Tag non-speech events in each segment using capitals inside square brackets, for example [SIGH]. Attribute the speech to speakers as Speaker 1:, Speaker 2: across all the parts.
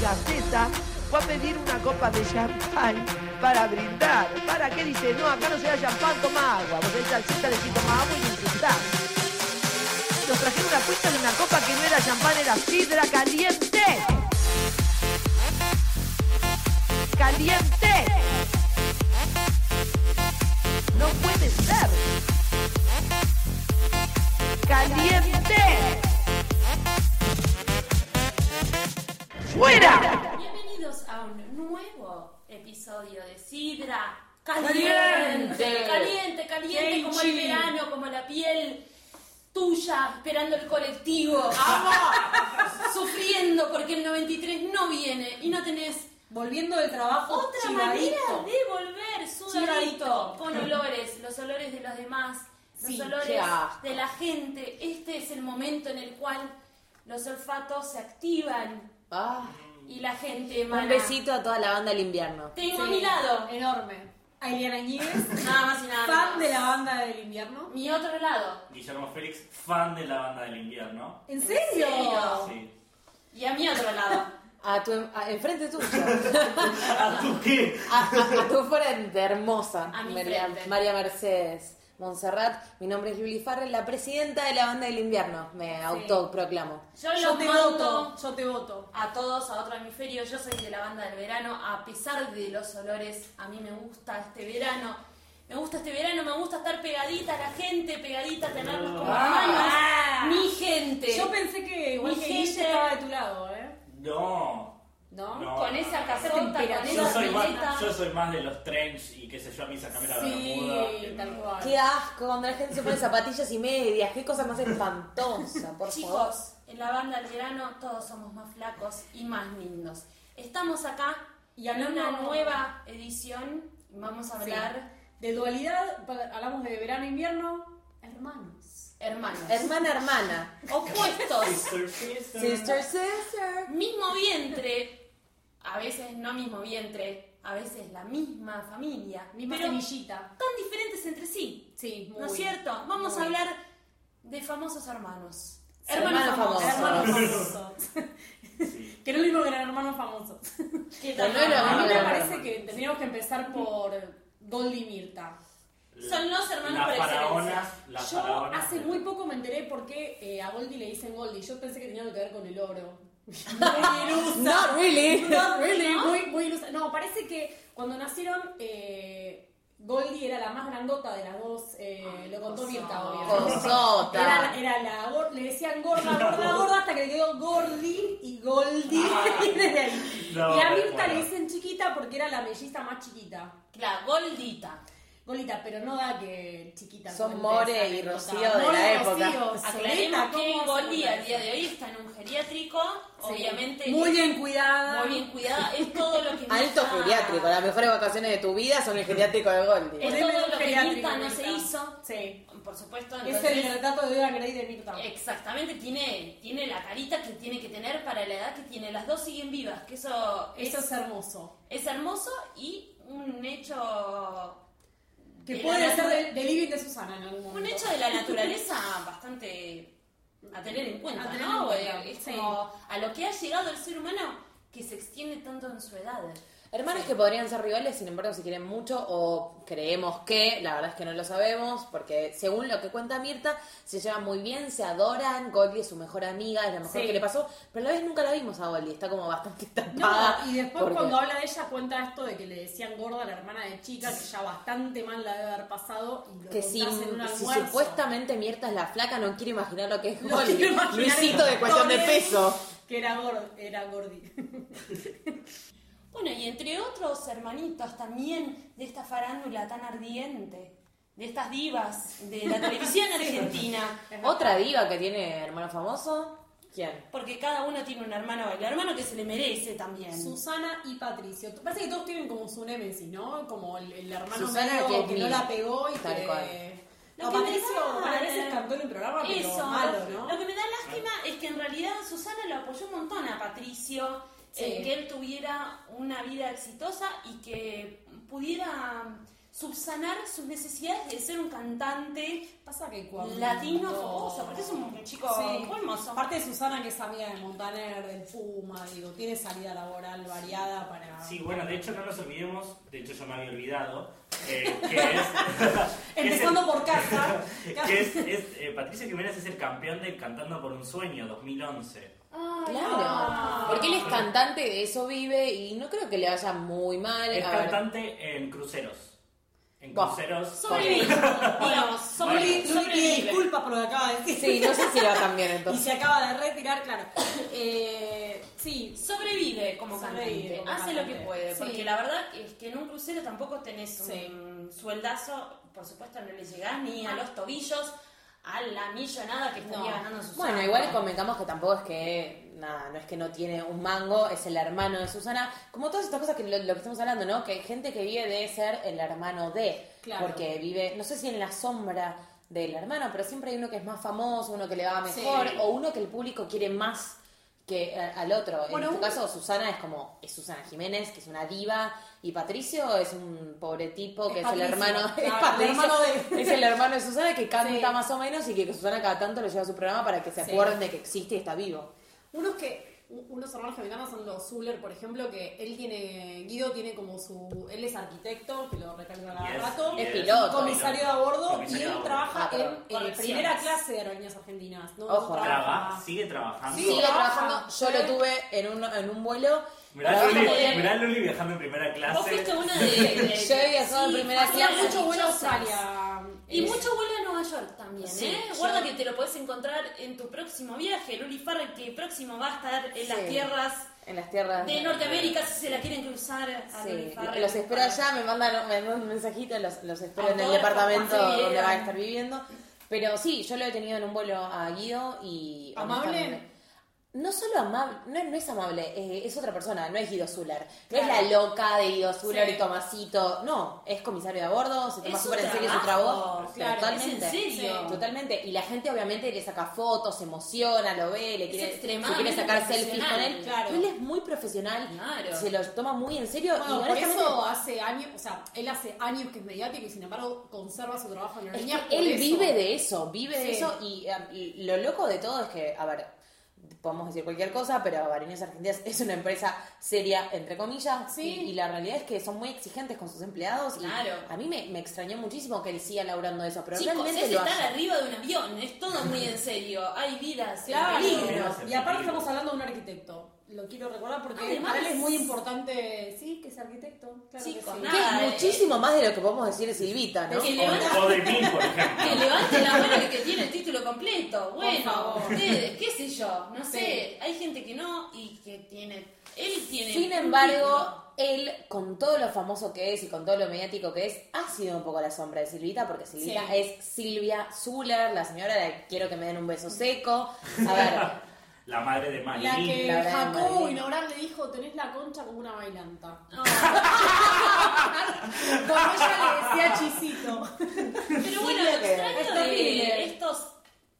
Speaker 1: Gaceta fue a pedir una copa de champán para brindar. ¿Para qué dice? No, acá no se da champán, toma agua. Vos en salsita decís toma agua y disfrutás. Nos trajeron una cuenta de una copa que no era champán, era sidra caliente. ¡Caliente! No puede ser. ¡Caliente! ¡Fuera!
Speaker 2: Bienvenidos a un nuevo episodio de Sidra Caliente. Caliente, caliente, como el verano, como la piel tuya, esperando el colectivo. [LAUGHS] Sufriendo porque el 93 no viene y no tenés
Speaker 3: Volviendo del trabajo,
Speaker 2: otra
Speaker 3: chivadito.
Speaker 2: manera de volver sudadito, Mm.
Speaker 3: Chivadito.
Speaker 2: con olores, los olores de los demás, los
Speaker 3: Sí, qué
Speaker 2: olores
Speaker 3: asco.
Speaker 2: de la gente. Este es el momento en el cual los olfatos se activan
Speaker 3: Ah,
Speaker 2: y la gente
Speaker 3: un
Speaker 2: emana.
Speaker 3: besito a toda la banda del invierno.
Speaker 2: Tengo a mi lado
Speaker 4: Enorme. A Eliana [LAUGHS] Ñíguez,
Speaker 2: Nada más y nada
Speaker 4: fan
Speaker 2: menos.
Speaker 4: de la banda del invierno.
Speaker 2: Mi otro lado.
Speaker 5: Guillermo Félix, fan de la banda del invierno.
Speaker 4: ¿En
Speaker 2: serio?
Speaker 4: serio? Oh.
Speaker 5: Sí. [LAUGHS]
Speaker 2: Y a mi otro lado.
Speaker 3: A tu, em, a- enfrente tuyo. [LAUGHS]
Speaker 5: ¿A tú qué?
Speaker 3: A, a- a tu frente, hermosa.
Speaker 2: A mi
Speaker 3: María,
Speaker 2: frente.
Speaker 3: María Mercedes Montserrat. Mi nombre es Luli Farrell, la presidenta de la banda del invierno. Me autoproclamo.
Speaker 2: Yo
Speaker 4: Yo
Speaker 2: los
Speaker 4: te
Speaker 2: mando
Speaker 4: voto, yo te voto.
Speaker 2: a todos a otro hemisferio. Yo soy de la banda del verano. A pesar de los olores, a mí me gusta este verano. Me gusta este verano, me gusta estar pegadita a la gente, pegadita, tenerlos como
Speaker 4: Ah.
Speaker 2: hermanos. Mi gente.
Speaker 4: Yo pensé que igual
Speaker 2: Mi
Speaker 4: que Guille
Speaker 2: gente.
Speaker 4: estaba de tu lado, ¿eh?
Speaker 5: No.
Speaker 4: ¿No?
Speaker 5: No.
Speaker 2: con esa casota, con
Speaker 4: temperatura.
Speaker 5: Yo
Speaker 2: esa
Speaker 5: soy,
Speaker 2: pileta.
Speaker 5: más, yo soy más de los trench y qué sé yo, a mí sacarme la bermuda.
Speaker 4: Sí, tal cual.
Speaker 3: Qué asco, cuando la gente se pone zapatillas y medias. Qué cosa más espantosa, por favor.
Speaker 2: Chicos, en la banda del verano todos somos más flacos y más lindos. Estamos acá y
Speaker 4: Y al
Speaker 2: en una
Speaker 4: mismo-
Speaker 2: nueva edición vamos a hablar
Speaker 4: De dualidad, pa- hablamos de e verano-invierno. Hermanos.
Speaker 2: hermanos,
Speaker 3: Hermana, hermana.
Speaker 2: opuestos,
Speaker 5: Sister, sister.
Speaker 3: Sister, sister.
Speaker 2: mismo vientre, a veces no mismo vientre, a veces la misma familia,
Speaker 4: Misma
Speaker 2: pero
Speaker 4: semillita.
Speaker 2: tan diferentes entre sí,
Speaker 4: Sí, muy
Speaker 2: ¿no es cierto? Vamos
Speaker 4: muy.
Speaker 2: a hablar de famosos hermanos.
Speaker 3: Hermanos famosos.
Speaker 4: Hermanos
Speaker 5: Hermanos. [LAUGHS]
Speaker 4: famosos.
Speaker 5: Sí.
Speaker 4: que no es lo mismo que eran hermanos famosos.
Speaker 2: ¿Qué
Speaker 3: Pero no
Speaker 2: tal?
Speaker 3: era
Speaker 4: A mí me
Speaker 3: Hermanos
Speaker 4: parece que tendríamos que empezar por Goldie Mirta.
Speaker 2: Son los hermanos
Speaker 5: Las
Speaker 2: por excelencia.
Speaker 5: faraonas. Las
Speaker 4: Yo
Speaker 5: faraonas.
Speaker 4: hace muy poco me enteré por qué eh, a Goldie le dicen Goldie. Yo pensé que tenía algo que ver con el oro. [LAUGHS] Muy ilusa.
Speaker 3: Not really.
Speaker 4: Not really, Muy, muy ilusa. No, parece que cuando nacieron, eh, Goldie era la más grandota de las dos. eh, lo contó Mirta, obviamente.
Speaker 3: Cosota.
Speaker 4: Era, la- era la gor- le decían gorda, gorda, gorda, hasta que le quedó Gordi y Goldie. [LAUGHS] y desde ahí.
Speaker 5: No,
Speaker 4: y a Mirta
Speaker 5: bueno.
Speaker 4: le dicen chiquita porque era la melliza más chiquita.
Speaker 2: La Goldita.
Speaker 4: Golita, pero no da que chiquita.
Speaker 3: Son
Speaker 4: fuentes,
Speaker 3: More y
Speaker 4: anécdotas.
Speaker 3: Rocío de
Speaker 4: More
Speaker 3: la
Speaker 4: y
Speaker 3: época.
Speaker 4: Rocío, Soleta,
Speaker 2: Aclaremos que
Speaker 4: ¿cómo
Speaker 2: Goldie
Speaker 4: se
Speaker 2: al día de hoy está en un geriátrico, obviamente.
Speaker 4: Muy bien cuidada.
Speaker 2: Muy bien cuidada, es todo lo
Speaker 4: [LAUGHS]
Speaker 2: que
Speaker 3: Alto
Speaker 2: Mirta-
Speaker 3: geriátrico, las mejores vacaciones de tu vida son el geriátrico de Goldie.
Speaker 2: Es
Speaker 4: Poneme
Speaker 2: todo
Speaker 4: un
Speaker 2: lo que
Speaker 4: geriátrico,
Speaker 2: Mirta no se
Speaker 4: Mirta.
Speaker 2: hizo.
Speaker 4: Sí.
Speaker 2: Por supuesto,
Speaker 4: Es
Speaker 2: entonces,
Speaker 4: el retrato de Eva Grey de Mirta.
Speaker 2: exactamente, tiene, tiene la carita que tiene que tener para la edad que tiene. Las dos siguen vivas, que eso es,
Speaker 4: Eso es hermoso.
Speaker 2: es hermoso y un hecho...
Speaker 4: Que
Speaker 2: de
Speaker 4: puede
Speaker 2: la
Speaker 4: ser
Speaker 2: natu-
Speaker 4: del del living de Susana en algún momento.
Speaker 2: Un hecho de la naturaleza [LAUGHS] bastante a tener en cuenta,
Speaker 4: A tener
Speaker 2: ¿no?
Speaker 4: en cuenta,
Speaker 2: Es
Speaker 4: sí.
Speaker 2: como a lo que ha llegado el ser humano que se extiende tanto en su edad.
Speaker 3: Hermanos que podrían ser rivales, sin embargo, se quieren mucho o creemos que, la verdad es que no lo sabemos, porque según lo que cuenta Mirta, se llevan muy bien, se adoran, Goldie es su mejor amiga, es la mejor
Speaker 4: Sí.
Speaker 3: que le pasó, pero a la vez nunca la vimos a Goldie, está como bastante [LAUGHS] tapada.
Speaker 4: No, y después
Speaker 3: porque-
Speaker 4: cuando habla de ella cuenta esto de que le decían gorda a la hermana de chica, que ya bastante mal la debe haber pasado. Y lo
Speaker 3: que
Speaker 4: contás
Speaker 3: si,
Speaker 4: en un
Speaker 3: si
Speaker 4: almuerzo.
Speaker 3: supuestamente Mirta es la flaca, no quiero imaginar lo que es
Speaker 4: No
Speaker 3: Goldie.
Speaker 4: quiero imaginar
Speaker 3: Luisito de cuestión de
Speaker 4: actores.
Speaker 3: peso.
Speaker 4: Que era, gor- era gordi.
Speaker 2: Bueno, y entre otros hermanitos también de esta farándula tan ardiente, de estas divas de la
Speaker 4: [LAUGHS]
Speaker 2: televisión argentina,
Speaker 3: Otra diva que tiene hermano famoso, ¿quién?
Speaker 2: porque cada uno tiene un hermano, el hermano que se le merece también.
Speaker 4: Susana y Patricio. Parece que todos tienen como su némesis, ¿no? Como el, el hermano
Speaker 3: Susana,
Speaker 4: medio
Speaker 3: que es
Speaker 4: que, no
Speaker 3: mi-
Speaker 4: la pegó y
Speaker 3: tal
Speaker 4: que...
Speaker 3: cual.
Speaker 4: No,
Speaker 2: que me
Speaker 4: Patricio
Speaker 2: da-
Speaker 4: bueno, a veces cantó en el programa, pero
Speaker 2: Eso,
Speaker 4: malo, ¿no?
Speaker 2: lo que me da lástima es que en realidad Susana lo apoyó un montón a Patricio, eh,
Speaker 4: Sí.
Speaker 2: en que él tuviera una vida exitosa y que pudiera subsanar sus necesidades de ser un cantante
Speaker 4: Pasa que cuando...
Speaker 2: latino famoso, porque es un chico
Speaker 4: Sí.
Speaker 2: muy hermoso.
Speaker 4: Aparte de Susana, que es amiga de Montaner, del Puma, digo, tiene salida laboral variada para...
Speaker 5: Sí, bueno, de hecho no nos olvidemos, de hecho yo me había olvidado, eh,
Speaker 4: [LAUGHS]
Speaker 5: que es... [LAUGHS]
Speaker 4: Empezando por casa.
Speaker 5: que es, es, eh, Patricio Jiménez es el campeón del Cantando por un Sueño 2011.
Speaker 3: Claro, porque él es cantante, de eso vive y no creo que le vaya muy mal.
Speaker 5: Es
Speaker 3: A ver,
Speaker 5: cantante en cruceros. En
Speaker 3: Bah,
Speaker 5: cruceros.
Speaker 3: [LAUGHS]
Speaker 2: Sobrevive, digamos, sobrevive.
Speaker 4: Luli pide disculpas por lo que acaba de decir.
Speaker 3: Sí, no sé si le va tan bien
Speaker 4: Y
Speaker 3: entonces.
Speaker 4: se acaba de retirar, claro. [COUGHS] Eh, sí,
Speaker 2: Sobrevive como
Speaker 4: Sobrevive
Speaker 2: cantante,
Speaker 4: como
Speaker 2: hace lo que
Speaker 4: cantante.
Speaker 2: puede,
Speaker 4: Sí.
Speaker 2: porque la verdad es que en un crucero tampoco tenés
Speaker 4: Sí.
Speaker 2: un sueldazo, por supuesto no le llegás ni
Speaker 3: Ah.
Speaker 2: a los tobillos, a la millonada que estaría
Speaker 4: No.
Speaker 2: ganando Susana.
Speaker 3: Bueno, igual comentamos que tampoco es que, nada, no es que no tiene un mango, es el hermano de Susana. Como todas estas cosas que lo, lo que estamos hablando, ¿no? Que hay gente que vive de ser el hermano de.
Speaker 4: Claro.
Speaker 3: Porque vive, no sé si en la sombra del hermano, pero siempre hay uno que es más famoso, uno que le va mejor,
Speaker 5: Sí.
Speaker 3: o uno que el público quiere más que a- al otro.
Speaker 4: Bueno,
Speaker 3: en tu
Speaker 4: un-
Speaker 3: caso, Susana es como, es Susana Jiménez, que es una diva, y Patricio es un pobre tipo que es,
Speaker 4: Es
Speaker 3: el
Speaker 4: Patricio,
Speaker 3: hermano, es
Speaker 4: claro, el
Speaker 3: Patricio,
Speaker 4: hermano de-
Speaker 3: [LAUGHS] es el hermano de Susana que canta
Speaker 4: Sí.
Speaker 3: más o menos y que Susana cada tanto lo lleva a su programa para que se
Speaker 4: Sí.
Speaker 3: acuerden de que existe y está vivo.
Speaker 4: unos que u- unos hermanos mexicanos son los Zuller, por ejemplo, que él tiene Guido tiene como su él es arquitecto, que lo recalca cada
Speaker 5: Y
Speaker 4: rato.
Speaker 5: y
Speaker 3: Es piloto.
Speaker 4: comisario de a bordo y
Speaker 5: Comisario de a
Speaker 4: él
Speaker 5: bordo.
Speaker 4: trabaja
Speaker 3: Ah, pero
Speaker 4: en eh,
Speaker 5: colecciones.
Speaker 4: primera clase de aerolíneas argentinas. No,
Speaker 3: Ojo.
Speaker 4: No
Speaker 5: Traba-
Speaker 4: trabaja.
Speaker 5: sigue trabajando.
Speaker 4: Sí,
Speaker 3: Sigue
Speaker 4: trabaja.
Speaker 3: trabajando, yo lo
Speaker 4: Sí.
Speaker 3: tuve en un, en un vuelo.
Speaker 5: Mirá,
Speaker 3: Trabaja
Speaker 5: Luli,
Speaker 3: muy bien.
Speaker 5: mirá Luli viajando en primera
Speaker 2: Vos fuiste
Speaker 5: clase.
Speaker 2: una de... de-
Speaker 3: [LAUGHS] Yo había estado en
Speaker 2: sí,
Speaker 3: primera
Speaker 2: hacía
Speaker 4: Hacía
Speaker 3: clase.
Speaker 4: mucho bueno a
Speaker 2: muchas
Speaker 4: Australia.
Speaker 2: Y
Speaker 4: Eh,
Speaker 2: mucho vuelo a Nueva York también,
Speaker 3: Sí,
Speaker 2: ¿eh?
Speaker 3: yo-
Speaker 2: Guarda que te lo podés encontrar en tu próximo viaje, Luli Farrell, que próximo va a estar en
Speaker 3: Sí.
Speaker 2: las tierras
Speaker 3: En las tierras.
Speaker 2: de Norteamérica, si se la quieren cruzar a Luli
Speaker 3: Sí,
Speaker 2: Farrell.
Speaker 3: los espero allá, me mandan, me mandan un mensajito, los, los espero en el
Speaker 2: Autógrafo,
Speaker 3: departamento
Speaker 2: sí,
Speaker 3: donde van a
Speaker 2: eran.
Speaker 3: estar viviendo. Pero sí, yo lo he tenido en un vuelo a Guido y...
Speaker 4: ¿Amable?
Speaker 3: honestamente- No solo amable, no, no es amable, eh, es otra persona, no es Guido Zuller. No es la
Speaker 4: Claro.
Speaker 3: loca de Guido Zuller
Speaker 4: Sí.
Speaker 3: y Tomasito, no, es comisario de a bordo, se toma
Speaker 2: Es su
Speaker 3: súper en serio su
Speaker 2: trabajo,
Speaker 3: trabajo.
Speaker 4: claro,
Speaker 3: totalmente.
Speaker 2: es en serio.
Speaker 3: Sí, totalmente. Y la gente obviamente le saca fotos, se emociona, lo ve, le
Speaker 2: Es
Speaker 3: quiere, se
Speaker 2: extremadamente
Speaker 3: quiere sacar selfies con
Speaker 2: profesional,
Speaker 3: él.
Speaker 4: claro.
Speaker 3: Pero él es muy profesional,
Speaker 2: Claro.
Speaker 3: se lo toma muy en serio
Speaker 4: Bueno,
Speaker 3: y
Speaker 4: por
Speaker 3: honestamente-
Speaker 4: eso hace años, o sea, él hace años que es mediático y sin embargo conserva su trabajo en la
Speaker 3: Es que
Speaker 4: línea.
Speaker 3: él vive de eso, vive de
Speaker 4: Sí.
Speaker 3: eso y, eh, y lo loco de todo es que, a ver, podemos decir cualquier cosa, pero Varines Argentinas es una empresa seria, entre comillas,
Speaker 4: Sí.
Speaker 3: y, y la realidad es que son muy exigentes con sus empleados. y
Speaker 2: Claro.
Speaker 3: a mí me, me extrañó muchísimo que él siga laburando eso, pero
Speaker 2: Chicos,
Speaker 3: realmente
Speaker 2: es
Speaker 3: lo
Speaker 2: estar
Speaker 3: hace.
Speaker 2: arriba de un avión, es todo muy en serio. Hay vidas,
Speaker 4: Claro, Ah,
Speaker 2: hay peligro.
Speaker 5: peligro.
Speaker 4: y aparte estamos hablando de un arquitecto. Lo quiero recordar porque
Speaker 2: Además-
Speaker 4: para él es muy importante, sí, que es arquitecto. Claro
Speaker 2: Sí,
Speaker 4: que
Speaker 2: con
Speaker 4: sí.
Speaker 2: nada.
Speaker 3: Que es
Speaker 2: Ah, eh.
Speaker 3: muchísimo más de lo que podemos decir de Silvita, ¿no?
Speaker 2: Que
Speaker 5: O,
Speaker 2: levanta-
Speaker 5: o de mí,
Speaker 4: [LAUGHS]
Speaker 5: por ejemplo.
Speaker 2: Que levante la mano el que tiene el título completo. Bueno,
Speaker 4: favor.
Speaker 2: ustedes, qué sé yo, no
Speaker 4: Sí.
Speaker 2: sé. Hay gente que no y que tiene. Él tiene.
Speaker 3: Sin
Speaker 2: un
Speaker 4: [LAUGHS]
Speaker 2: título.
Speaker 3: embargo, él, con todo lo famoso que es y con todo lo mediático que es, ha sido un poco la sombra de Silvita, porque Silvita
Speaker 4: Sí.
Speaker 3: es Silvia Zuller, la señora de Quiero que me den un beso seco. A
Speaker 2: [LAUGHS]
Speaker 3: ver,
Speaker 5: La madre de Mali.
Speaker 4: La que
Speaker 3: La verdad,
Speaker 4: Jacobo
Speaker 3: Madrid.
Speaker 4: Inaural le dijo, tenés la concha como una [LAUGHS] bailanta.
Speaker 2: Ah.
Speaker 4: Como ella le decía chisito.
Speaker 2: Pero bueno,
Speaker 3: Sí,
Speaker 2: lo
Speaker 3: creo que
Speaker 2: extraño
Speaker 4: es
Speaker 2: de
Speaker 4: terrible.
Speaker 2: estos,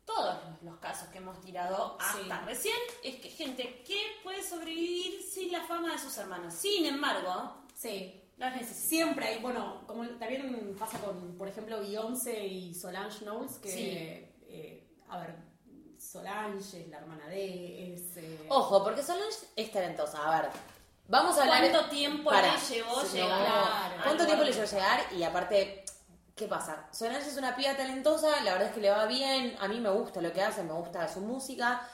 Speaker 2: todos los- los casos que hemos tirado hasta
Speaker 4: Sí.
Speaker 2: recién, es que gente que puede sobrevivir sin la fama de sus hermanos. Sin embargo,
Speaker 4: Sí.
Speaker 2: las necesita.
Speaker 4: Siempre hay, bueno, como también pasa con, por ejemplo, Beyoncé y Solange Knowles, que,
Speaker 2: Sí.
Speaker 4: eh, a ver, Solange es la hermana de, es... eh,
Speaker 3: ojo, porque Solange es talentosa. A ver, vamos a hablar.
Speaker 2: ¿Cuánto tiempo
Speaker 3: Pará.
Speaker 2: le llevó
Speaker 3: Sí,
Speaker 2: llegar?
Speaker 4: claro.
Speaker 2: al
Speaker 3: ¿Cuánto tiempo
Speaker 2: lugar?
Speaker 3: le llevó llegar? Y aparte, ¿qué pasa? Solange es una piba talentosa, la verdad es que le va bien, a mí me gusta lo que hace, me gusta su música,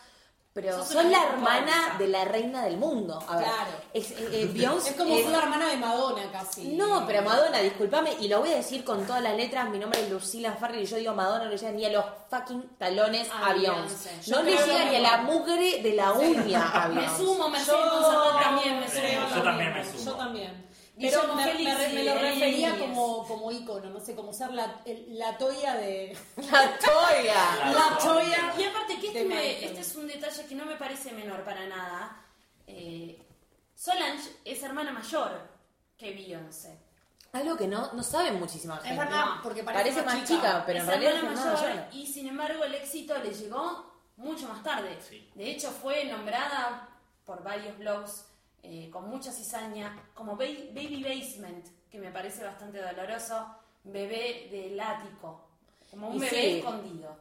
Speaker 3: pero
Speaker 2: Sos
Speaker 3: sos
Speaker 2: una
Speaker 3: la
Speaker 2: hermosa.
Speaker 3: hermana de la reina del mundo. A ver,
Speaker 4: Claro.
Speaker 3: es, eh, eh, Beyoncé
Speaker 4: Es como
Speaker 3: es-
Speaker 4: ser la hermana de Madonna casi.
Speaker 3: No, pero Madonna, discúlpame, y lo voy a decir con todas las letras, mi nombre es Lucila Farrell y yo digo Madonna, no le llega ni a los fucking talones
Speaker 2: A
Speaker 3: a
Speaker 2: Beyoncé.
Speaker 3: Beyoncé.
Speaker 2: Yo
Speaker 3: No le
Speaker 2: creo lo
Speaker 3: llega ni a
Speaker 2: mismo.
Speaker 3: la mugre de la uña
Speaker 2: [LAUGHS]
Speaker 3: a
Speaker 2: Me
Speaker 3: Beyoncé.
Speaker 2: sumo, me
Speaker 4: Yo-
Speaker 2: sumo, Zapata también me
Speaker 5: Eh,
Speaker 2: sumo.
Speaker 5: yo también me sumo.
Speaker 4: Yo también.
Speaker 2: Guillermo
Speaker 4: Pero me, me
Speaker 2: Félix
Speaker 4: re-
Speaker 2: y
Speaker 4: me lo
Speaker 2: Elena
Speaker 4: refería
Speaker 2: Núñez.
Speaker 4: como, como ícono, no sé, como ser la, el- la toya de...
Speaker 3: La toya.
Speaker 4: La toya.
Speaker 2: Y aparte que este,
Speaker 4: De
Speaker 2: me-
Speaker 4: Michael.
Speaker 2: este es un detalle que no me parece menor para nada. Eh, Solange es hermana mayor que Beyoncé.
Speaker 3: Algo que no, no saben muchísima gente.
Speaker 4: verdad, porque parece más
Speaker 3: más
Speaker 4: chica.
Speaker 3: chica, pero
Speaker 2: es
Speaker 3: en realidad es
Speaker 2: hermana
Speaker 3: hermana
Speaker 2: mayor,
Speaker 3: mayor.
Speaker 2: y sin embargo el éxito le llegó mucho más tarde.
Speaker 5: Sí.
Speaker 2: De hecho fue nombrada por varios blogs eh, con mucha cizaña como Ba- Baby Basement. que me parece bastante doloroso, bebé del ático, como un
Speaker 3: Y
Speaker 2: bebé
Speaker 3: sí.
Speaker 2: escondido.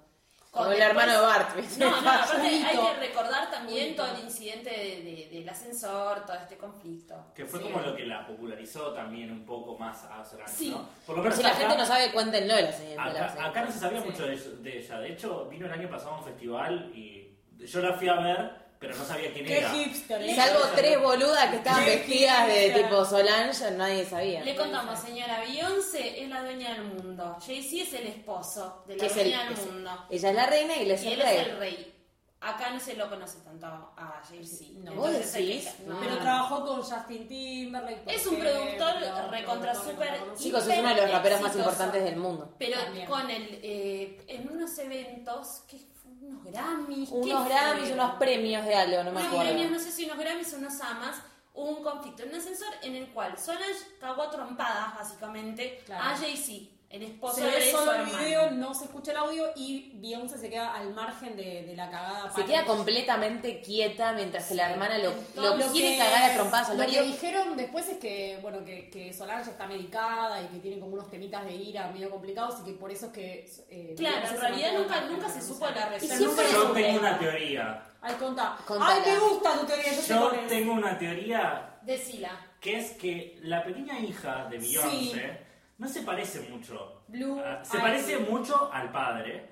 Speaker 3: Como
Speaker 2: Con
Speaker 3: el
Speaker 2: después-
Speaker 3: hermano de Bart, ¿viste?
Speaker 2: No, no, aparte hay
Speaker 3: Junto.
Speaker 2: que recordar también todo el incidente de- de- del ascensor, todo este conflicto.
Speaker 5: Que fue
Speaker 4: Sí.
Speaker 5: como lo que la popularizó también un poco más a Serrano,
Speaker 2: Sí.
Speaker 5: ¿no? Por
Speaker 3: Por
Speaker 5: lo menos
Speaker 3: si la
Speaker 5: acá-
Speaker 3: gente no sabe, cuéntenlo de la señora. de la
Speaker 5: Acá,
Speaker 3: señora.
Speaker 5: acá no se sabía mucho de, de ella. De hecho, vino el año pasado a un festival y yo la fui a ver, pero no sabía quién
Speaker 4: Qué
Speaker 5: era.
Speaker 4: hipster, ¿eh?
Speaker 3: Salvo tres boludas que estaban
Speaker 4: Sí,
Speaker 3: vestidas de
Speaker 4: sí, sí.
Speaker 3: tipo Solange, nadie sabía.
Speaker 2: Le contamos, señora, Beyoncé es la dueña del mundo, Jay-Z es el esposo de la
Speaker 3: Que es el-
Speaker 2: dueña del
Speaker 3: es-
Speaker 2: mundo,
Speaker 3: Ella es la reina y él es
Speaker 2: y
Speaker 3: el
Speaker 2: él es el
Speaker 3: rey.
Speaker 2: rey. Acá no se lo conoce tanto a Jay-Z.
Speaker 3: No,
Speaker 2: Entonces
Speaker 3: vos
Speaker 2: hay que-
Speaker 3: decís,
Speaker 2: no,
Speaker 4: Pero
Speaker 2: no.
Speaker 4: trabajó con Justin Timberlake. por
Speaker 2: Es un
Speaker 4: ejemplo,
Speaker 2: productor recontra
Speaker 4: productor
Speaker 2: súper
Speaker 4: recontra conocido.
Speaker 3: Chicos, es uno de los raperos más
Speaker 2: Exitoso.
Speaker 3: importantes del mundo.
Speaker 2: Pero
Speaker 4: También.
Speaker 2: con el. eh, en unos eventos, que unos Grammys. ¿qué
Speaker 3: Unos
Speaker 2: fue?
Speaker 3: Grammys, unos premios de algo, no me
Speaker 2: Unos
Speaker 3: acuerdo.
Speaker 2: premios, no sé si unos Grammys o unos Amas. hubo Un conflicto en un ascensor en el cual Solange cagó a trompadas, básicamente,
Speaker 4: Claro.
Speaker 2: a Jay-Z, el esposo
Speaker 4: Se
Speaker 2: de
Speaker 4: ve
Speaker 2: su
Speaker 4: solo el
Speaker 2: hermano.
Speaker 4: video, no se escucha el audio y Beyoncé se queda al margen de, de la cagada.
Speaker 3: Se queda completamente quieta mientras que la hermana lo, lo
Speaker 4: Lo que-
Speaker 3: quiere cagar a trompadas al
Speaker 4: Lo que
Speaker 3: marido.
Speaker 4: dijeron después es que, bueno, que, que Solange está medicada y que tiene como unos temitas de ira medio complicados y que por eso es que... eh,
Speaker 2: Claro,
Speaker 4: Beyoncé
Speaker 2: en
Speaker 4: se
Speaker 2: realidad
Speaker 4: mantiene
Speaker 2: nunca,
Speaker 4: en
Speaker 2: nunca se
Speaker 4: casa.
Speaker 2: supo la
Speaker 3: Y
Speaker 2: receta.
Speaker 3: siempre
Speaker 5: Yo
Speaker 3: Siempre
Speaker 5: tengo
Speaker 3: es-
Speaker 5: una teoría.
Speaker 4: Ay, contá.
Speaker 3: Contala.
Speaker 4: Ay, me gusta tu teoría, yo sé
Speaker 5: Yo
Speaker 4: cuál es.
Speaker 5: tengo una teoría
Speaker 2: Decila.
Speaker 5: que es que la pequeña hija de
Speaker 4: Sí.
Speaker 5: Beyoncé no se parece mucho.
Speaker 4: Blue
Speaker 5: Ah, se
Speaker 4: Ivy.
Speaker 5: parece mucho al padre.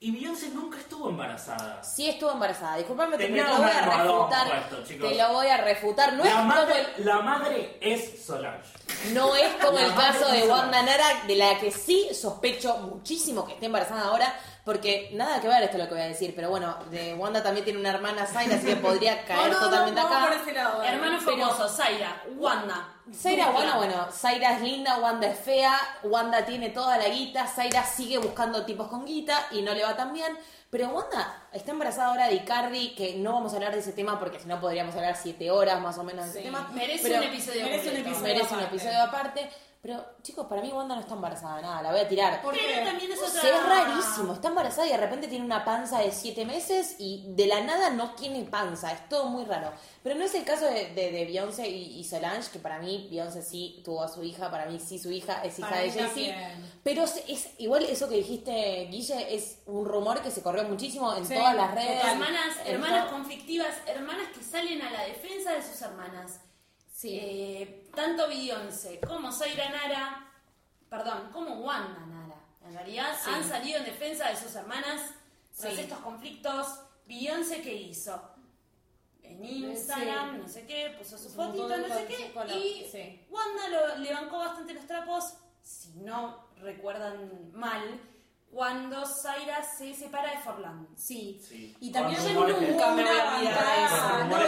Speaker 5: Y Beyoncé nunca estuvo embarazada.
Speaker 3: Sí estuvo embarazada, disculpame, pero te
Speaker 5: Tenía
Speaker 3: lo
Speaker 5: un
Speaker 3: voy a
Speaker 5: almohadón
Speaker 3: refutar.
Speaker 5: puesto, chicos.
Speaker 3: Te lo voy a refutar. No es
Speaker 5: la,
Speaker 3: como
Speaker 5: madre,
Speaker 3: el,
Speaker 5: la madre es Solange.
Speaker 3: no es como
Speaker 5: La
Speaker 3: el
Speaker 5: madre
Speaker 3: caso de
Speaker 5: es
Speaker 3: Wanda
Speaker 5: Solange.
Speaker 3: Nara, de la que sí sospecho muchísimo que esté embarazada ahora, porque nada que ver esto es lo que voy a decir, pero bueno, de Wanda también tiene una hermana Zaira, así que podría
Speaker 4: [LAUGHS] No,
Speaker 3: caer
Speaker 4: no, no,
Speaker 3: totalmente
Speaker 4: vamos
Speaker 3: acá.
Speaker 4: por ese lado, dale.
Speaker 2: Hermano famoso, Zaira, Wanda.
Speaker 3: Zaira,
Speaker 2: Dupla.
Speaker 3: bueno, bueno, Zaira es linda, Wanda es fea, Wanda tiene toda la guita, Zaira sigue buscando tipos con guita y no le va tan bien, pero Wanda está embarazada ahora de Icardi, que no vamos a hablar de ese tema porque si no podríamos hablar siete horas más o menos de
Speaker 4: Sí.
Speaker 3: ese tema.
Speaker 2: Merece
Speaker 3: pero
Speaker 2: un episodio.
Speaker 4: merece un
Speaker 2: completo.
Speaker 4: episodio.
Speaker 3: merece un
Speaker 4: aparte.
Speaker 3: episodio aparte, pero chicos, para mí Wanda no está embarazada, nada, la voy a tirar.
Speaker 4: ¿Por qué?
Speaker 2: Pero también es
Speaker 3: No
Speaker 2: otra.
Speaker 3: sé, es rarísimo, está embarazada y de repente tiene una panza de siete meses y de la nada no tiene panza, es todo muy raro. Pero no es el caso de, de, de Beyoncé y, y Solange, que para mí Beyoncé sí tuvo a su hija, para mí sí su hija es hija
Speaker 4: Para
Speaker 3: de
Speaker 4: mí
Speaker 3: Jay-Z.
Speaker 4: también.
Speaker 3: Pero es, es- igual eso que dijiste, Guille, es un rumor que se corrió muchísimo en
Speaker 4: Sí,
Speaker 3: todas las redes.
Speaker 4: total.
Speaker 2: Hermanas,
Speaker 3: en
Speaker 2: hermanas
Speaker 3: to-
Speaker 2: conflictivas, hermanas que salen a la defensa de sus hermanas.
Speaker 3: Sí.
Speaker 2: Eh, tanto Beyoncé como Zaira Nara, perdón, como Wanda Nara, en realidad han salido en defensa de sus hermanas tras
Speaker 3: Sí.
Speaker 2: estos conflictos. Beyoncé, ¿qué hizo? En Instagram, no sé qué, puso su
Speaker 4: Un
Speaker 2: fotito,
Speaker 4: montón de
Speaker 2: no sé
Speaker 4: cosas,
Speaker 2: qué,
Speaker 4: bueno,
Speaker 2: y
Speaker 4: sí.
Speaker 2: Wanda lo- le bancó bastante los trapos, si no recuerdan mal, cuando Zaira se separa de Forlán.
Speaker 4: Sí.
Speaker 5: Sí.
Speaker 4: Y también
Speaker 5: Con
Speaker 4: ella
Speaker 5: rumores de-
Speaker 4: nunca me
Speaker 2: con
Speaker 4: la bancaba.
Speaker 5: rumores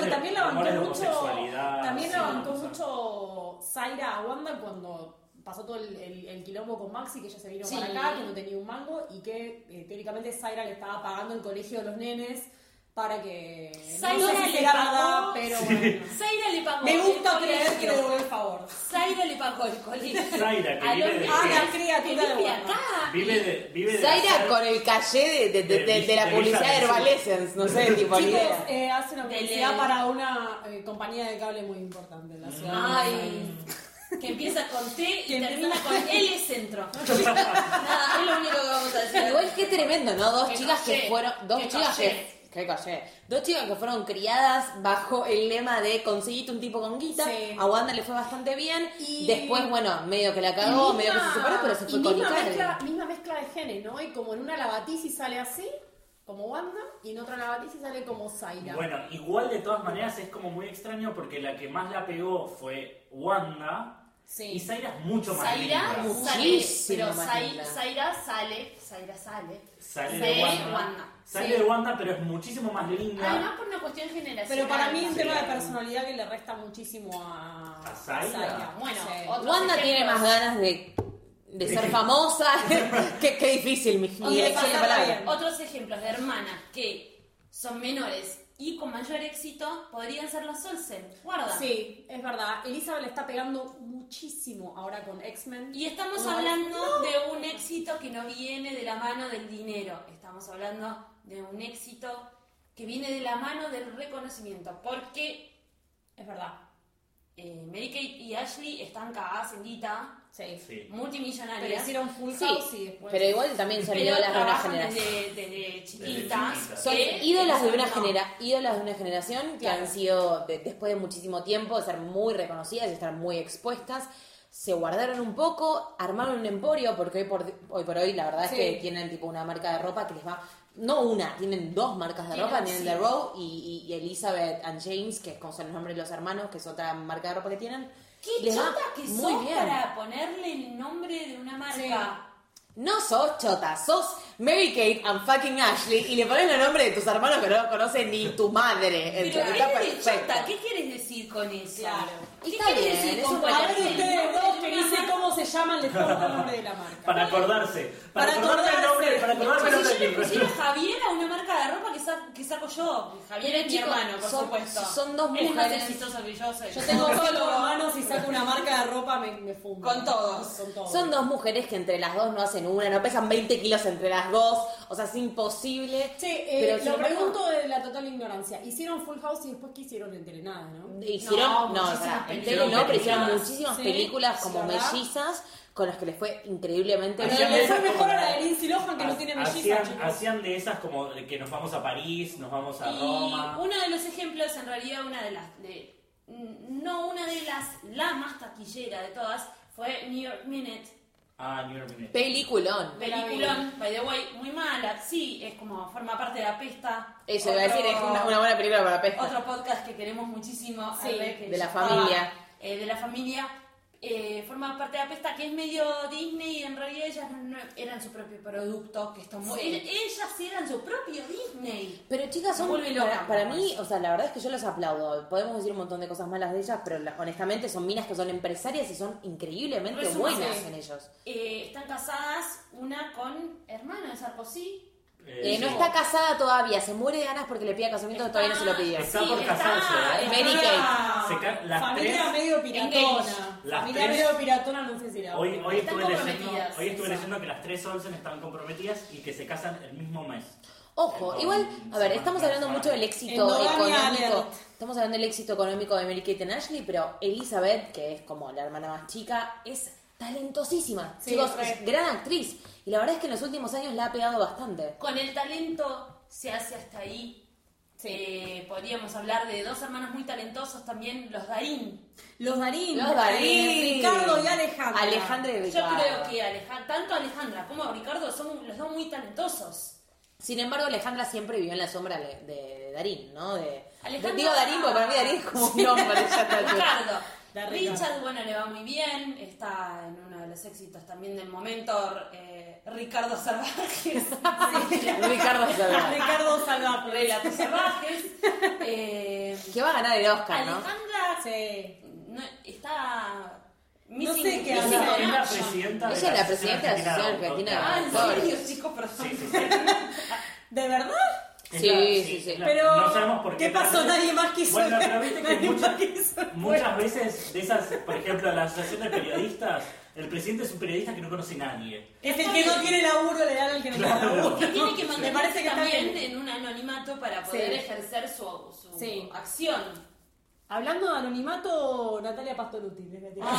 Speaker 4: No, y
Speaker 5: de-
Speaker 4: también la bancó
Speaker 5: rumores de
Speaker 4: mucho.
Speaker 5: homosexualidad,
Speaker 4: También la
Speaker 5: sí,
Speaker 4: bancó
Speaker 5: o sea.
Speaker 4: mucho Zaira a Wanda cuando pasó todo el, el- el quilombo con Maxi, que ella se vino
Speaker 3: Sí.
Speaker 4: para acá, que no tenía un mango y que eh, teóricamente Zaira le estaba pagando el colegio de los nenes para que. no
Speaker 2: Zaira
Speaker 4: sé si
Speaker 2: le
Speaker 4: era
Speaker 2: pagó.
Speaker 4: verdad, pero bueno.
Speaker 2: Zaira le pagó.
Speaker 4: Me gusta
Speaker 2: el
Speaker 4: creer que
Speaker 2: colegio.
Speaker 4: le devolvió el favor.
Speaker 2: Zaira le pagó el colegio.
Speaker 5: Zaira, que
Speaker 2: A
Speaker 5: vive
Speaker 2: los-
Speaker 5: de,
Speaker 4: Ah, la
Speaker 5: que
Speaker 4: criatura de
Speaker 2: Vive
Speaker 4: Wanda.
Speaker 2: acá.
Speaker 5: vive de, vive de
Speaker 3: Zaira
Speaker 5: hacer-
Speaker 3: con el calle de, de- de-
Speaker 5: de-
Speaker 3: de- de la
Speaker 5: de
Speaker 3: publicidad de
Speaker 5: Villa
Speaker 3: Herbalessence, no sé, tipo ni
Speaker 4: Chicos,
Speaker 3: idea.
Speaker 4: eh, hace una
Speaker 2: Del-
Speaker 4: publicidad para una eh, compañía de cable muy importante en la ciudad.
Speaker 2: Ay. Que empieza con T y
Speaker 4: Que
Speaker 2: termina
Speaker 4: empieza-
Speaker 2: con L centro. Nada, es lo único que vamos a decir.
Speaker 3: Igual que tremendo, ¿no? Dos
Speaker 2: Que
Speaker 3: chicas que
Speaker 2: calle,
Speaker 3: fueron. Dos
Speaker 2: que
Speaker 3: chicas
Speaker 2: calle.
Speaker 3: que. que calle. Dos chicas que fueron criadas bajo el lema de conseguiste un tipo con guita.
Speaker 4: Sí.
Speaker 3: A Wanda le fue bastante bien.
Speaker 4: Y-
Speaker 3: Después, bueno, medio que la
Speaker 4: Y
Speaker 3: cagó,
Speaker 4: misma-
Speaker 3: medio que se separó, pero se fue
Speaker 4: y
Speaker 3: con
Speaker 4: misma
Speaker 3: Icardi.
Speaker 4: mezcla, misma mezcla de genes, ¿no? Y como en una lavatici sale así, como Wanda, y en otra lavatici sale como Zaira.
Speaker 5: Bueno, igual de todas maneras es como muy extraño porque la que más la pegó fue Wanda
Speaker 4: sí.
Speaker 5: y Zaira es mucho más
Speaker 2: Zaira
Speaker 5: linda.
Speaker 2: sale,
Speaker 3: Muchísimo
Speaker 2: pero
Speaker 3: más
Speaker 2: Zai-
Speaker 3: linda.
Speaker 2: Zaira sale, Zaira sale.
Speaker 5: Sale
Speaker 2: de
Speaker 5: de Wanda.
Speaker 2: Wanda.
Speaker 5: Sale
Speaker 4: Sí.
Speaker 5: de Wanda, pero es muchísimo más linda.
Speaker 2: Además por una cuestión generacional.
Speaker 4: Pero para mí es un
Speaker 5: Sí.
Speaker 4: tema de personalidad que le resta muchísimo a,
Speaker 5: ¿A Zaira?
Speaker 2: Bueno,
Speaker 4: Sí.
Speaker 2: otro-
Speaker 3: Wanda
Speaker 2: Otros
Speaker 3: tiene
Speaker 2: ejemplos.
Speaker 3: más ganas de, de ser
Speaker 5: Sí.
Speaker 3: famosa. [LAUGHS] qué, qué difícil, mi mi
Speaker 4: de
Speaker 3: elección de
Speaker 4: pasarla
Speaker 3: palabras.
Speaker 4: bien.
Speaker 2: Otros ejemplos de hermanas que son menores y con mayor éxito podrían ser las Olsen. Guarda.
Speaker 4: Sí, es verdad. Elizabeth le está pegando muchísimo ahora con X-Men.
Speaker 2: Y estamos
Speaker 4: No,
Speaker 2: hablando de un éxito que no viene de la mano del dinero, estamos hablando de un éxito que viene de la mano del reconocimiento, porque
Speaker 4: Es verdad.
Speaker 2: eh, Mary Kate y Ashley están cagadas en guita,
Speaker 4: Sí.
Speaker 5: Sí.
Speaker 4: Pero
Speaker 2: multimillonarias.
Speaker 4: hicieron full
Speaker 3: Sí,
Speaker 4: house y después.
Speaker 3: pero igual también son
Speaker 2: Pero
Speaker 3: ídolas de una
Speaker 2: trabajan
Speaker 3: generación.
Speaker 2: desde, desde chiquitas.
Speaker 5: chiquitas.
Speaker 3: Son
Speaker 2: que
Speaker 3: ídolas de, una
Speaker 2: ¿Eh? no.
Speaker 3: genera ídolas de una generación que
Speaker 4: Claro.
Speaker 3: han sido, de- después de muchísimo tiempo, de ser muy reconocidas y estar muy expuestas, se guardaron un poco, armaron un emporio, porque hoy por hoy, por hoy la verdad
Speaker 4: Sí.
Speaker 3: es que tienen tipo una marca de ropa que les va... No una, tienen dos marcas de
Speaker 2: Tienen,
Speaker 3: ropa, tienen
Speaker 2: sí.
Speaker 3: The Row y, y- y Elizabeth and James, que es como son los nombres de los hermanos, que es otra marca de ropa que tienen.
Speaker 2: Qué
Speaker 3: Les va
Speaker 2: chota que
Speaker 3: muy
Speaker 2: sos
Speaker 3: bien.
Speaker 2: para ponerle el nombre de una marca.
Speaker 3: No sos chota, sos Mary Kate and fucking Ashley y le pones los nombres de tus hermanos que no los conoce ni tu madre.
Speaker 2: Pero
Speaker 3: Entonces,
Speaker 2: ¿qué
Speaker 3: está
Speaker 2: de
Speaker 3: perfecto.
Speaker 2: chota? ¿Qué quieres decir con eso?
Speaker 4: Claro.
Speaker 2: ¿Qué
Speaker 3: Está
Speaker 2: quieres
Speaker 3: bien,
Speaker 2: decir
Speaker 3: es
Speaker 2: con
Speaker 3: un
Speaker 4: A ver,
Speaker 2: ponerle el
Speaker 4: ustedes
Speaker 2: nombre
Speaker 4: dos
Speaker 2: de
Speaker 4: que
Speaker 2: una
Speaker 4: dicen
Speaker 2: marca?
Speaker 4: cómo se llaman, les pongo el nombre de la marca.
Speaker 5: Para acordarse. Para,
Speaker 4: Para
Speaker 5: acordarme el nombre.
Speaker 4: acordarse.
Speaker 5: Para
Speaker 2: Si
Speaker 5: acordarme el nombre
Speaker 2: yo le
Speaker 5: del
Speaker 2: pusiera
Speaker 5: libro.
Speaker 2: Javiera una marca de ropa que, sa- que saco yo. Javiera es mi
Speaker 3: Chicos,
Speaker 2: hermano, por
Speaker 3: son-
Speaker 2: supuesto.
Speaker 3: son dos
Speaker 2: Él es más
Speaker 3: mujeres.
Speaker 2: exitoso que yo soy.
Speaker 4: Yo tengo todos los hermanos y saco una marca de ropa, me, me fumo.
Speaker 2: Con todos.
Speaker 4: Con todos.
Speaker 3: Son dos mujeres que entre las dos no hacen una, no pesan 20 kilos entre las dos, o sea, es imposible.
Speaker 4: Che, eh,
Speaker 3: Pero, sin
Speaker 4: lo
Speaker 3: embargo,
Speaker 4: pregunto de la total ignorancia. Hicieron Full House y después que hicieron Entrenadas, ¿no?
Speaker 3: Hicieron, no,
Speaker 2: No,
Speaker 3: o
Speaker 2: muchísimas
Speaker 3: sea, en
Speaker 2: películas.
Speaker 3: tele no, pero hicieron
Speaker 2: Películas.
Speaker 3: muchísimas
Speaker 4: Sí,
Speaker 3: películas
Speaker 4: sí,
Speaker 3: como
Speaker 4: ¿verdad?
Speaker 3: mellizas con las que les fue increíblemente
Speaker 4: Pero
Speaker 5: Hacían
Speaker 4: le fue
Speaker 5: eso
Speaker 4: mejor
Speaker 5: como-
Speaker 4: a la de Lindsay Lohan que no tiene melliza,
Speaker 5: Hacían,
Speaker 4: chicos.
Speaker 5: hacían de esas como de que nos vamos a París, nos vamos a
Speaker 2: Y
Speaker 5: Roma.
Speaker 2: uno de los ejemplos, en realidad, una de las. de- no, una de las. La más taquillera de todas fue New York Minute.
Speaker 5: Ah, New York Minute.
Speaker 3: Peliculón.
Speaker 4: Me la vi.
Speaker 2: Peliculón, by the way, muy mala. Sí, es como. Forma parte de la pesta.
Speaker 3: Eso iba a decir,
Speaker 2: Otro-
Speaker 3: es una, una buena película para pesca.
Speaker 2: Otro podcast que queremos muchísimo.
Speaker 4: Sí,
Speaker 2: al ver que
Speaker 3: de la
Speaker 2: ya estaba,
Speaker 3: familia.
Speaker 2: eh, de la familia. eh, forma parte de la pesta que es medio Disney y en realidad ellas no- no eran su propio producto. Que están muy-
Speaker 3: Sí.
Speaker 2: Ell- Ellas sí eran su propio Disney.
Speaker 3: Pero chicas, son
Speaker 2: Me vuelve loca,
Speaker 3: para, para
Speaker 2: mamá.
Speaker 3: mí, o sea, la verdad es que yo los aplaudo. Podemos decir un montón de cosas malas de ellas, pero la- honestamente son minas que son empresarias y son increíblemente
Speaker 2: Resumen,
Speaker 3: buenas
Speaker 2: sí.
Speaker 3: en ellos.
Speaker 2: Eh, están casadas, una con hermano de Sarkozy.
Speaker 5: Eh,
Speaker 3: Eh, no
Speaker 5: sí.
Speaker 3: está casada todavía, se muere de ganas porque le pide casamiento que todavía no se lo pidió.
Speaker 5: Está por casarse, ¿eh?
Speaker 3: Mary
Speaker 5: Kate. Se ca- las
Speaker 4: Ah, Familia
Speaker 5: tres-
Speaker 4: medio piratona.
Speaker 2: Engaged.
Speaker 5: Las
Speaker 4: Familia
Speaker 5: tres-
Speaker 4: medio piratona, no sé si la
Speaker 5: Hoy, hoy
Speaker 2: Están
Speaker 5: estuve, leyendo,
Speaker 2: comprometidas,
Speaker 5: hoy estuve
Speaker 2: eso.
Speaker 5: leyendo que las tres Olsen estaban comprometidas y que se casan el mismo mes.
Speaker 3: Ojo,
Speaker 5: Entonces,
Speaker 3: igual, a ver,
Speaker 5: se
Speaker 3: estamos
Speaker 5: van a
Speaker 3: hablando
Speaker 5: casar.
Speaker 3: mucho del éxito
Speaker 4: Endogamia
Speaker 3: económico.
Speaker 4: alert.
Speaker 3: Estamos hablando del éxito económico de Mary Kate and Ashley, pero Elizabeth, que es como la hermana más chica, es talentosísima.
Speaker 4: Sí,
Speaker 3: Chicos,
Speaker 4: re.
Speaker 3: es gran actriz. Y la verdad es que en los últimos años la ha pegado bastante.
Speaker 2: Con el talento se hace hasta ahí. Eh, podríamos hablar de dos hermanos muy talentosos también, los Darín.
Speaker 4: Los Darín.
Speaker 3: Los Darín.
Speaker 4: Eh, Ricardo y Alejandro.
Speaker 3: Alejandra y
Speaker 2: Yo
Speaker 3: Ricardo.
Speaker 2: creo que Alejandra, tanto Alejandra como Ricardo son los dos muy talentosos.
Speaker 3: Sin embargo, Alejandra siempre vivió en la sombra de, de- de Darín, ¿no? De,
Speaker 2: Alejandra-
Speaker 3: Digo Darín porque para mí Darín es como un nombre. ya
Speaker 2: [LAUGHS]
Speaker 3: está bien.
Speaker 2: Ricardo.
Speaker 4: La Ricardo.
Speaker 2: Richard, bueno, le va muy bien, está en uno de los éxitos también del momento, eh, Ricardo Cervantes. [LAUGHS]
Speaker 3: Ricardo Salvador.
Speaker 4: Ricardo Salvaje.
Speaker 2: Relatos Salvajes. Eh,
Speaker 3: Que va a ganar el Oscar, ¿no?
Speaker 2: Alejandra
Speaker 4: Sí.
Speaker 2: no, está.
Speaker 4: No sé qué
Speaker 5: Es
Speaker 4: hace.
Speaker 2: Missing-
Speaker 5: la
Speaker 4: Ella
Speaker 5: presidenta
Speaker 3: es la
Speaker 5: de
Speaker 3: presidenta de la Asociación
Speaker 2: Ah,
Speaker 3: Argentina
Speaker 2: ¿en
Speaker 3: de Actores.
Speaker 2: serio, chicos? Perdón.
Speaker 5: Sí, sí, sí.
Speaker 4: ¿De verdad?
Speaker 5: Es
Speaker 3: Sí,
Speaker 5: la-
Speaker 3: sí,
Speaker 5: es
Speaker 3: sí.
Speaker 5: la-
Speaker 4: Pero,
Speaker 5: no sabemos por qué.
Speaker 4: ¿qué pasó?
Speaker 5: pero-
Speaker 4: Nadie más quiso-
Speaker 5: Bueno, pero viste que
Speaker 4: nadie
Speaker 5: muchas,
Speaker 4: más quiso.
Speaker 5: muchas veces, de esas, por ejemplo, la asociación de periodistas, el presidente es un periodista que no conoce a nadie.
Speaker 4: Es el que no tiene laburo, le dan al que no tiene
Speaker 5: Claro.
Speaker 4: laburo.
Speaker 2: Que tiene que
Speaker 4: Me
Speaker 2: mantenerse
Speaker 4: está
Speaker 2: también
Speaker 4: bien.
Speaker 2: en un anonimato para
Speaker 4: Sí.
Speaker 2: poder ejercer su, su
Speaker 4: Sí.
Speaker 2: acción.
Speaker 4: Hablando de anonimato, Natalia Pastoruti. les voy a tirar.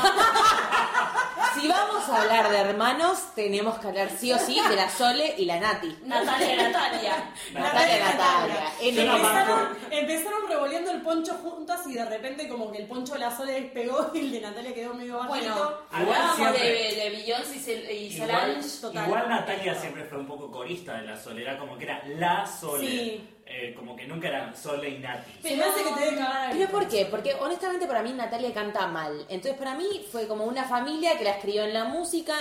Speaker 3: Si vamos a hablar de hermanos, tenemos que hablar sí o sí de la Sole y la Nati.
Speaker 5: [LAUGHS]
Speaker 2: Natalia, Natalia.
Speaker 3: Natalia, Natalia.
Speaker 5: Yo la
Speaker 4: Empezaron,
Speaker 5: banco.
Speaker 4: empezaron revolviendo el poncho juntas y de repente como que el poncho de la Sole despegó y el de Natalia quedó medio bajito.
Speaker 2: Bueno,
Speaker 5: Igual
Speaker 2: hablábamos de,
Speaker 5: siempre.
Speaker 2: de Beyoncé y Sel- y
Speaker 5: Igual,
Speaker 2: Solange.
Speaker 4: total.
Speaker 5: igual Natalia siempre fue un poco corista de la Sole, era como que era la Sole.
Speaker 4: Sí.
Speaker 5: Eh, como que nunca eran Sole y Nati.
Speaker 4: Se me hace que te deben cagar a
Speaker 3: ¿Pero por qué? Porque honestamente para mí Natalia canta mal. Entonces para mí fue como una familia que la escribió en la música.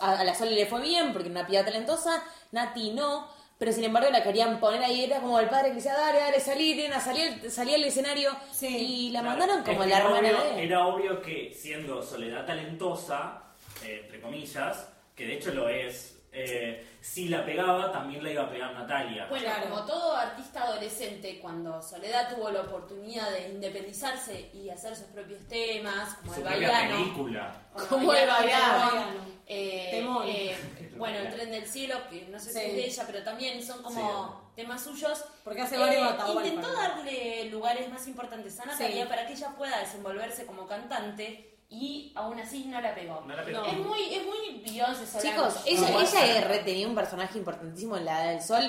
Speaker 3: A, a la Sole le fue bien porque era una piba talentosa. Nati no. Pero sin embargo la querían poner ahí. Era como el padre que decía, dale, dale, salí, nena, salí, salí al escenario.
Speaker 4: Sí.
Speaker 3: Y la
Speaker 5: Claro.
Speaker 3: mandaron como
Speaker 5: Es
Speaker 3: la
Speaker 5: que
Speaker 3: hermana
Speaker 5: era obvio-
Speaker 3: de él.
Speaker 5: Era obvio que siendo Soledad talentosa, eh, entre comillas, que de hecho lo es eh, si la pegaba, también la iba a pegar Natalia.
Speaker 2: Bueno,
Speaker 4: Claro.
Speaker 2: como todo artista adolescente, cuando Soledad tuvo la oportunidad de independizarse y hacer sus propios temas, como
Speaker 5: Su
Speaker 2: el
Speaker 5: propia
Speaker 2: bailano,
Speaker 5: película.
Speaker 2: como el bailano,
Speaker 4: Bailano.
Speaker 2: eh,
Speaker 4: Temón.
Speaker 5: [LAUGHS]
Speaker 2: eh, bueno, el tren del cielo, que no sé si
Speaker 4: Sí.
Speaker 2: es de ella, pero también son como temas suyos.
Speaker 4: Porque hace
Speaker 2: Eh,
Speaker 4: varios Atahualpa.
Speaker 2: intentó darle lugares más importantes a Natalia
Speaker 4: Sí.
Speaker 2: para que ella pueda desenvolverse como cantante y aún así no la pegó.
Speaker 5: No la pegó.
Speaker 2: Es muy, es muy Beyoncé Solange.
Speaker 3: Chicos, ella,
Speaker 5: Como
Speaker 3: ella
Speaker 5: Watson.
Speaker 3: es re- tenía un personaje importantísimo en La Edad del Sol,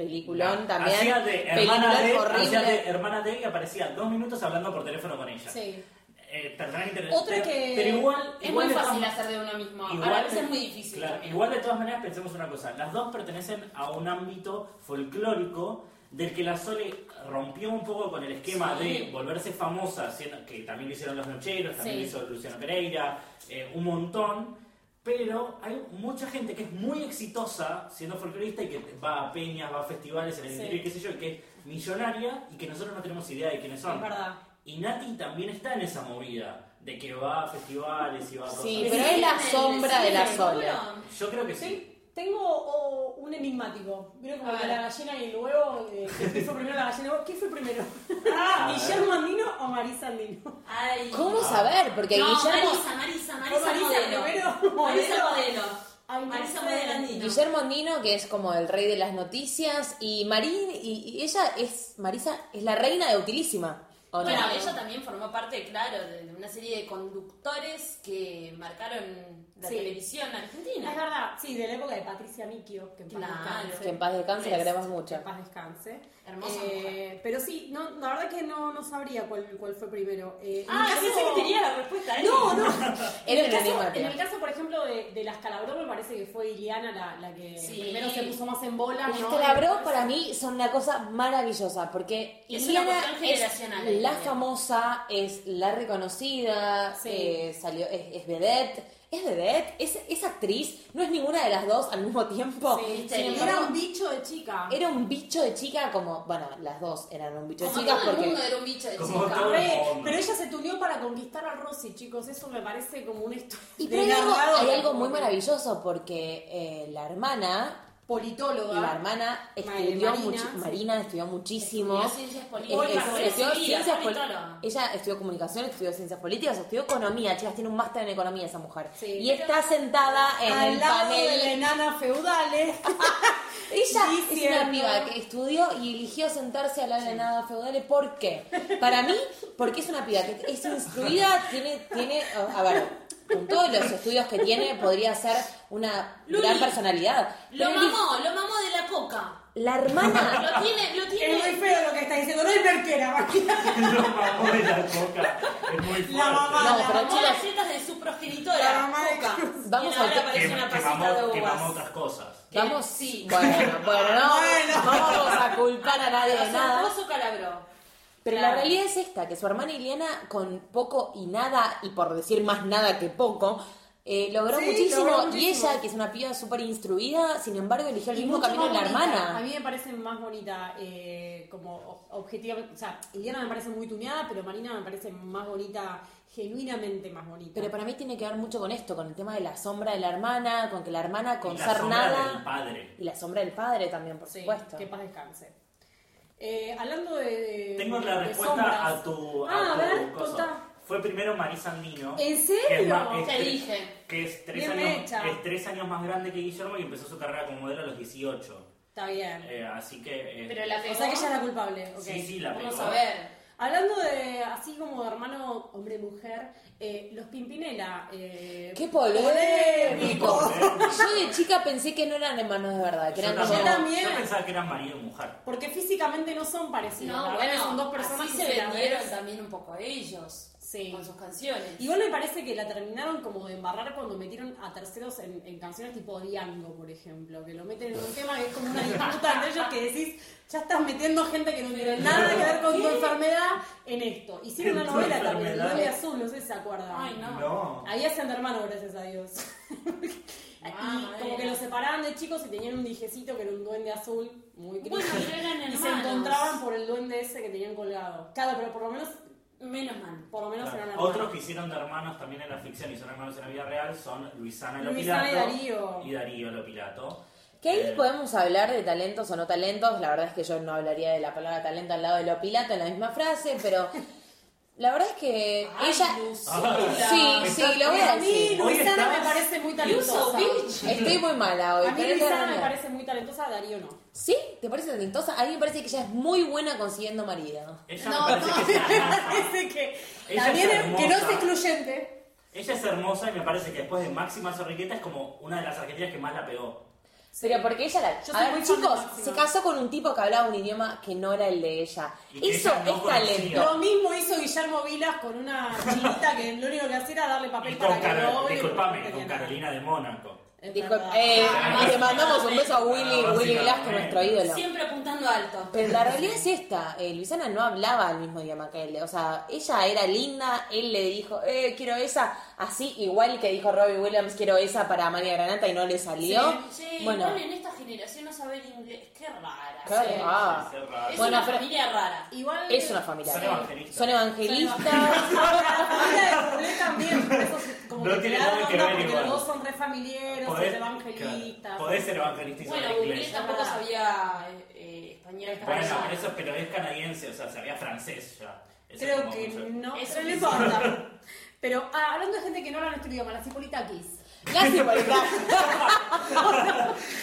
Speaker 3: peliculón también.
Speaker 5: Hacía de hermana
Speaker 3: peliculón
Speaker 5: de, hacía de
Speaker 3: horrible.
Speaker 5: hermana de y aparecía dos minutos hablando por teléfono con ella.
Speaker 4: Sí.
Speaker 5: Eh, personaje interesante.
Speaker 4: Otra
Speaker 5: pero,
Speaker 4: que-
Speaker 5: pero igual,
Speaker 2: Es
Speaker 5: igual
Speaker 2: muy
Speaker 5: de todas-
Speaker 2: fácil hacer de uno mismo.
Speaker 5: igual
Speaker 2: Ahora a veces
Speaker 5: de-
Speaker 2: es muy difícil.
Speaker 5: claro,
Speaker 2: también.
Speaker 5: igual de todas maneras pensemos una cosa, las dos pertenecen a un ámbito folclórico del que la Sole rompió un poco con el esquema
Speaker 2: Sí.
Speaker 5: de volverse famosa, siendo- que también lo hicieron los nocheros, también
Speaker 2: Sí.
Speaker 5: lo hizo Luciano Pereira, eh, un montón. Pero hay mucha gente que es muy exitosa siendo folclorista y que va a peñas, va a festivales en el
Speaker 4: Sí.
Speaker 5: interior, qué sé yo, y que es millonaria y que nosotros no tenemos idea de quiénes son.
Speaker 4: Es verdad.
Speaker 5: Y Nati también está en esa movida de que va a festivales y va a cosas.
Speaker 3: Sí, pero es la sombra de la sola.
Speaker 5: Yo creo que sí.
Speaker 4: Sí, Tengo oh, un enigmático. Vieron como
Speaker 2: A
Speaker 4: que
Speaker 2: ver.
Speaker 4: la gallina y el huevo. eh, ¿Quién fue primero la gallina? y el huevo? ¿Quién fue primero? [LAUGHS]
Speaker 5: a ver.
Speaker 4: ¿Guillermo Andino o Marisa Andino?
Speaker 2: Ay.
Speaker 3: ¿Cómo saber? Porque
Speaker 2: no,
Speaker 3: Guillermo,
Speaker 2: Marisa, Marisa, Marisa,
Speaker 4: Marisa
Speaker 2: modelo.
Speaker 4: primero?
Speaker 2: Marisa modelo.
Speaker 4: Ay, no
Speaker 2: Marisa
Speaker 4: sé.
Speaker 2: modelo andino.
Speaker 3: Guillermo Andino, que es como el rey de las noticias, y Marín, y, y ella es, Marisa, es la reina de Utilísima. ¿o no?
Speaker 2: Bueno, ella también formó parte, claro, de de una serie de conductores que marcaron la
Speaker 4: Sí.
Speaker 2: televisión
Speaker 4: Es
Speaker 2: argentina.
Speaker 4: verdad, sí, de la época de Patricia Miquio, que en paz
Speaker 2: Claro.
Speaker 4: descanse.
Speaker 3: Que en paz descanse, la
Speaker 2: Rest.
Speaker 3: queremos
Speaker 4: Que
Speaker 3: mucho.
Speaker 4: en paz descanse.
Speaker 2: Hermosa
Speaker 4: Eh,
Speaker 2: mujer.
Speaker 4: Pero sí, no, la verdad que no, no sabría cuál, cuál fue primero. Eh,
Speaker 2: Ah,
Speaker 4: en el
Speaker 2: yo
Speaker 4: caso-
Speaker 2: pensé que tenía la respuesta. ¿eh?
Speaker 4: No, no. en,
Speaker 3: Era
Speaker 4: el
Speaker 3: el
Speaker 4: caso,
Speaker 3: enigmático.
Speaker 4: en el caso, por ejemplo, de, de las Calabró, me parece que fue Iliana la, la que
Speaker 2: Sí.
Speaker 4: primero se puso más en bola.
Speaker 3: Las
Speaker 4: ¿no?
Speaker 3: Calabró para mí son una cosa maravillosa, porque
Speaker 2: Es una
Speaker 3: Iliana
Speaker 2: cuestión generacional,
Speaker 3: es la
Speaker 2: Iliana.
Speaker 3: famosa, es la reconocida,
Speaker 4: Sí.
Speaker 3: eh, salió, es, es vedette, es vedette, es, es actriz, no es ninguna de las dos al mismo tiempo.
Speaker 2: Sí,
Speaker 3: Sin
Speaker 2: sí.
Speaker 3: embargo,
Speaker 4: Era un bicho de chica.
Speaker 3: era un bicho de chica como, bueno, las dos eran un bicho de
Speaker 2: Como
Speaker 3: chicas
Speaker 2: todo el
Speaker 3: porque...
Speaker 2: mundo era un bicho de
Speaker 5: Como
Speaker 2: chica.
Speaker 5: todo-
Speaker 4: Re,
Speaker 5: Hombre.
Speaker 4: pero ella se tuneó para conquistar a Rosy, chicos. Eso me parece como una historia.
Speaker 3: Y
Speaker 4: de
Speaker 3: pero hay algo,
Speaker 4: narrador.
Speaker 3: hay algo muy maravilloso porque eh, la hermana,
Speaker 4: Politóloga.
Speaker 3: la hermana
Speaker 4: Ma-
Speaker 3: estudió
Speaker 4: Marina,
Speaker 3: muchi-
Speaker 4: sí.
Speaker 3: Marina estudió muchísimo.
Speaker 2: Estudió ciencias políticas,
Speaker 3: Es- es-
Speaker 2: fue
Speaker 3: estudió
Speaker 2: recibida,
Speaker 3: ciencias pol-
Speaker 2: politóloga.
Speaker 3: Ella estudió comunicación, estudió ciencias políticas, estudió economía, chicas, tiene un máster en economía esa mujer.
Speaker 4: Sí.
Speaker 3: y está sentada en
Speaker 4: Al
Speaker 3: el
Speaker 4: lado de
Speaker 3: panel.
Speaker 4: la enana [LAUGHS] feudales.
Speaker 3: Ella
Speaker 4: Diciendo.
Speaker 3: es una piba que estudió y eligió sentarse a la de nada feudal. ¿Por qué? Para mí, porque es una piba que es instruida, tiene, tiene, a ver, con todos los estudios que tiene, podría ser una
Speaker 2: Luli,
Speaker 3: gran personalidad.
Speaker 2: Lo
Speaker 3: Pero el-
Speaker 2: mamó, lo mamó de la coca.
Speaker 3: La hermana,
Speaker 2: Lo tiene, lo tiene.
Speaker 4: es muy feo lo que está diciendo. No es merquera, Marina.
Speaker 5: [LAUGHS] Lo mamó de la coca. Es muy fuerte.
Speaker 4: La mamá.
Speaker 3: No,
Speaker 2: la
Speaker 3: pero
Speaker 2: mamó
Speaker 3: chicas-
Speaker 2: las tetas de su progenitora.
Speaker 4: La mamá de
Speaker 2: Coca.
Speaker 4: Cruz.
Speaker 3: Vamos
Speaker 2: Y
Speaker 3: al
Speaker 2: ahora
Speaker 3: te-
Speaker 5: Que,
Speaker 2: aparece una
Speaker 5: que,
Speaker 2: pasita de
Speaker 5: mamó, que mamó
Speaker 2: uvas.
Speaker 5: otras cosas.
Speaker 3: vamos,
Speaker 2: Sí.
Speaker 3: bueno, bueno, no, no vamos a culpar a nadie de nada.
Speaker 2: Oso calabró.
Speaker 3: Pero
Speaker 2: Claro.
Speaker 3: la realidad es esta, que su hermana Iliana, con poco y nada, y por decir más nada que poco, eh, logró,
Speaker 4: Sí,
Speaker 3: muchísimo,
Speaker 4: logró
Speaker 3: Y
Speaker 4: muchísimo.
Speaker 3: ella, que es una piba súper instruida, sin embargo, eligió el
Speaker 4: Y
Speaker 3: mismo
Speaker 4: mucho
Speaker 3: camino de la
Speaker 4: más bonita. A
Speaker 3: hermana.
Speaker 4: mí me parece más bonita, eh, como ob- objetivamente. O sea, Iliana me parece muy tuneada, pero Marina me parece más bonita, genuinamente más bonita.
Speaker 3: Pero para mí tiene que ver mucho con esto, con el tema de la sombra de la hermana, con que la hermana con
Speaker 5: Y la
Speaker 3: ser
Speaker 5: sombra
Speaker 3: nada...
Speaker 5: del padre.
Speaker 3: Y la sombra del padre también, por
Speaker 4: Sí,
Speaker 3: supuesto.
Speaker 4: que paz descanse. Eh, hablando de.
Speaker 5: Tengo
Speaker 4: de
Speaker 5: la respuesta
Speaker 4: sombras.
Speaker 5: a tu, a
Speaker 4: Ah, a
Speaker 5: tu
Speaker 4: ver,
Speaker 5: cosa.
Speaker 4: contá.
Speaker 5: Fue primero Marisa Andino.
Speaker 4: ¿En serio?
Speaker 5: que es más- es
Speaker 2: Te
Speaker 5: tres-
Speaker 2: dije.
Speaker 5: Que es tres,
Speaker 4: Bien
Speaker 5: años,
Speaker 4: hecha.
Speaker 5: es tres años más grande que Guillermo y empezó su carrera como modelo a los 18.
Speaker 4: Está bien.
Speaker 5: Eh, así que... eh,
Speaker 2: Pero la pegó.
Speaker 4: o sea que ella era culpable. ok.
Speaker 5: Sí, sí, la pegó.
Speaker 2: Vamos a ver.
Speaker 4: Hablando de así como de hermano hombre-mujer, eh, los Pimpinela. Eh,
Speaker 3: ¡Qué
Speaker 4: polémico!
Speaker 3: polémico! Yo de chica pensé que no eran hermanos de verdad, que
Speaker 5: yo,
Speaker 3: eran
Speaker 5: también,
Speaker 3: como-
Speaker 4: Yo también.
Speaker 5: yo pensaba que eran marido y mujer.
Speaker 4: Porque físicamente no son parecidos.
Speaker 2: No,
Speaker 4: la verdad que
Speaker 2: bueno,
Speaker 4: son dos personas
Speaker 2: así
Speaker 4: que
Speaker 2: se
Speaker 4: la
Speaker 2: vendieron
Speaker 4: ves.
Speaker 2: también un poco ellos
Speaker 4: Sí.
Speaker 2: con sus canciones.
Speaker 4: Igual me parece que la terminaron como de embarrar cuando metieron a terceros en, en canciones tipo Diango, por ejemplo, que lo meten en un tema que es como una disputa entre ellos que decís, ya estás metiendo gente que no tiene nada que ver con tu enfermedad en esto. Hicieron
Speaker 5: ¿En
Speaker 4: una
Speaker 5: tu
Speaker 4: novela también,
Speaker 5: enfermedad?
Speaker 4: Duele Azul, no sé si se acuerdan.
Speaker 2: Ay, no.
Speaker 5: No.
Speaker 4: Ahí hacen de hermano, gracias a Dios. [LAUGHS]
Speaker 2: Ah,
Speaker 4: y como que
Speaker 2: era.
Speaker 4: los separaban de chicos y tenían un dijecito que era un duende azul, muy gris. [LAUGHS]
Speaker 2: Bueno, pero eran
Speaker 4: y se
Speaker 2: hermanos.
Speaker 4: encontraban por el duende ese que tenían colgado. Claro, pero por lo menos Menos mal, por lo menos
Speaker 5: Claro.
Speaker 4: eran
Speaker 5: Otros que hicieron de hermanos también en la ficción y son hermanos en la vida real son Luisana Lopilato
Speaker 4: Luisana y Darío.
Speaker 5: y Darío Lopilato.
Speaker 3: Que ahí
Speaker 5: Eh,
Speaker 3: podemos hablar de talentos o no talentos. La verdad es que yo no hablaría de la palabra talento al lado de lo pilato en la misma frase, pero la verdad es que
Speaker 4: Ay,
Speaker 3: ella.
Speaker 5: Ah,
Speaker 4: Lucila.
Speaker 3: Sí, sí, lo voy a
Speaker 4: A mí
Speaker 3: decir.
Speaker 5: Hoy
Speaker 4: Luisana
Speaker 5: estás-
Speaker 4: me parece muy
Speaker 2: so
Speaker 4: talentosa.
Speaker 2: bitch.
Speaker 3: Estoy muy mala hoy.
Speaker 4: A mí
Speaker 3: pero esta
Speaker 4: Luisana me
Speaker 3: era-
Speaker 4: parece muy talentosa, Darío no.
Speaker 3: ¿Sí? ¿Te parece talentosa? A mí me parece que ella es muy buena consiguiendo marido.
Speaker 5: Ella
Speaker 2: No,
Speaker 5: me parece que es hermosa.
Speaker 4: Parece que
Speaker 5: Ah.
Speaker 4: [LAUGHS]
Speaker 5: Ella
Speaker 4: también
Speaker 5: es
Speaker 4: es- que no es
Speaker 5: hermosa.
Speaker 4: excluyente.
Speaker 5: Ella es hermosa y me parece que después de Máxima Zorriqueta es como una de las argentinas que más la pegó.
Speaker 3: Pero porque ella la.
Speaker 4: Yo soy
Speaker 3: a ver,
Speaker 4: muy fan de
Speaker 3: chicos,
Speaker 4: Máxima.
Speaker 3: se casó con un tipo que hablaba un idioma que no era el de ella.
Speaker 5: Y que
Speaker 3: Eso
Speaker 5: ella no
Speaker 3: es
Speaker 5: conocía.
Speaker 3: talento.
Speaker 4: Lo mismo hizo Guillermo Vilas con una chinita que lo único que hacía era darle
Speaker 5: Y
Speaker 4: papel
Speaker 5: con
Speaker 4: para que
Speaker 5: Carol-
Speaker 4: lo
Speaker 5: disculpame, con Carolina de Mónaco.
Speaker 3: Dijo, eh, y le mandamos un beso a Willy,
Speaker 5: Ah,
Speaker 3: Willy
Speaker 5: sí,
Speaker 3: Velasco,
Speaker 5: también.
Speaker 3: nuestro ídolo.
Speaker 2: Siempre apuntando alto.
Speaker 3: Pero la realidad es esta, eh, Luisana no hablaba el mismo idioma que él, o sea, ella era linda, él le dijo, eh, quiero esa, así igual que dijo Robbie Williams, quiero esa para María Granata y no le salió.
Speaker 2: Che,
Speaker 3: bueno,
Speaker 2: igual en esta generación no saber inglés. Qué rara.
Speaker 3: claro,
Speaker 4: sí,
Speaker 3: ah,
Speaker 5: Sí, es raro.
Speaker 2: Es
Speaker 3: Bueno,
Speaker 2: una
Speaker 3: pero-
Speaker 2: familia rara.
Speaker 4: Igual
Speaker 3: es una familia.
Speaker 5: Son evangelistas.
Speaker 3: Son evangelistas.
Speaker 4: la familia de Juliet también, por eso se- como
Speaker 5: No
Speaker 4: que
Speaker 5: tiene
Speaker 4: te da
Speaker 5: nada que
Speaker 4: onda
Speaker 5: ver
Speaker 4: porque
Speaker 5: igual.
Speaker 4: los dos son re familiares, son
Speaker 5: Podés-
Speaker 4: evangelistas.
Speaker 5: claro, podés ser evangelista y
Speaker 2: Bueno,
Speaker 5: saber
Speaker 2: Google
Speaker 5: inglés.
Speaker 2: tampoco
Speaker 4: Rara.
Speaker 2: sabía eh, eh, español.
Speaker 5: Bueno,
Speaker 2: castellano.
Speaker 5: pero eso pero es canadiense, o sea, sabía francés ya. Eso es
Speaker 4: Creo
Speaker 5: como
Speaker 4: que
Speaker 5: mucho.
Speaker 4: no,
Speaker 2: Eso
Speaker 4: pero no
Speaker 2: es-
Speaker 4: importa. Pero ah, hablando de gente que no habla nuestro idioma, la Cipolitakis.
Speaker 3: Gracias por estar.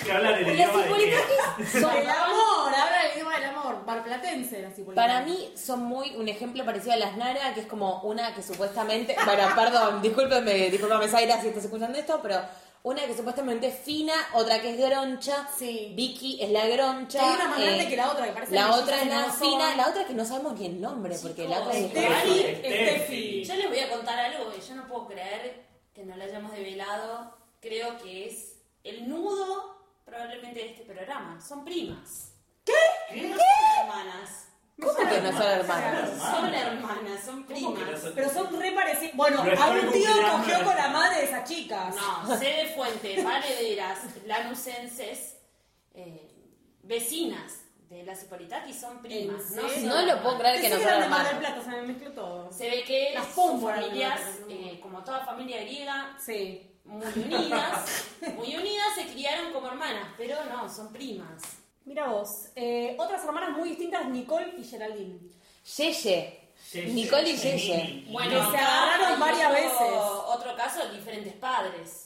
Speaker 5: Que hablan el
Speaker 3: Las
Speaker 5: idioma de que-
Speaker 3: Cipolitakis son-
Speaker 4: El amor, habla el idioma del amor, barplatense la Cipolitakis.
Speaker 3: Para mí son muy un ejemplo parecido a las Nara, que es como una que supuestamente, bueno, perdón, discúlpeme, discúlpame Zaira si estás escuchando esto, pero una que supuestamente es fina, otra que es groncha,
Speaker 4: Sí.
Speaker 3: Vicky es la groncha,
Speaker 4: Hay una más
Speaker 3: eh,
Speaker 4: grande que la otra, que parece
Speaker 3: la
Speaker 4: bellísima
Speaker 3: otra es
Speaker 4: y
Speaker 3: la
Speaker 4: no son.
Speaker 3: fina, la otra que no sabemos ni el nombre, porque la otra es
Speaker 2: Chicos,
Speaker 5: Eso,
Speaker 4: Ari,
Speaker 5: Steffi.
Speaker 4: Steffi.
Speaker 2: Yo les voy a contar algo que yo no puedo creer que no lo hayamos develado. Creo que es el nudo probablemente de este programa. Son primas. ¿Qué? No son hermanas.
Speaker 3: ¿Cómo que no son hermanas?
Speaker 2: Son hermanas, son
Speaker 5: ¿Cómo que no
Speaker 2: primas.
Speaker 5: son-
Speaker 4: Pero son re parecidos. Bueno,
Speaker 5: Lo estoy
Speaker 4: algún tío
Speaker 5: googleando.
Speaker 4: cogió con la madre de esas chicas.
Speaker 2: No, sé de fuente, valederas, lanusenses, eh, vecinas de las Hipolitatis son primas.
Speaker 4: ¿En
Speaker 2: No,
Speaker 4: serio?
Speaker 2: son
Speaker 3: No lo puedo creer
Speaker 4: Pensé
Speaker 3: que no
Speaker 4: que
Speaker 3: son
Speaker 4: eran de Mar del
Speaker 3: hermanas.
Speaker 4: Plata, se me mezcló todo.
Speaker 2: Se ve que
Speaker 4: Las
Speaker 2: son
Speaker 4: pólvoras,
Speaker 2: familias,
Speaker 4: ¿no?
Speaker 2: eh, como toda familia griega,
Speaker 4: Sí.
Speaker 2: muy unidas, muy unidas, se criaron como hermanas, pero no, son primas.
Speaker 4: Mira vos, eh, otras hermanas muy distintas, Nicole y Geraldine.
Speaker 3: Yeye,
Speaker 5: Yeye,
Speaker 3: Nicole y
Speaker 5: Yeye.
Speaker 3: Yeye.
Speaker 2: Bueno,
Speaker 4: se
Speaker 2: acá
Speaker 4: agarraron
Speaker 2: hay
Speaker 4: varias
Speaker 2: otro-
Speaker 4: veces.
Speaker 2: Otro caso, diferentes padres.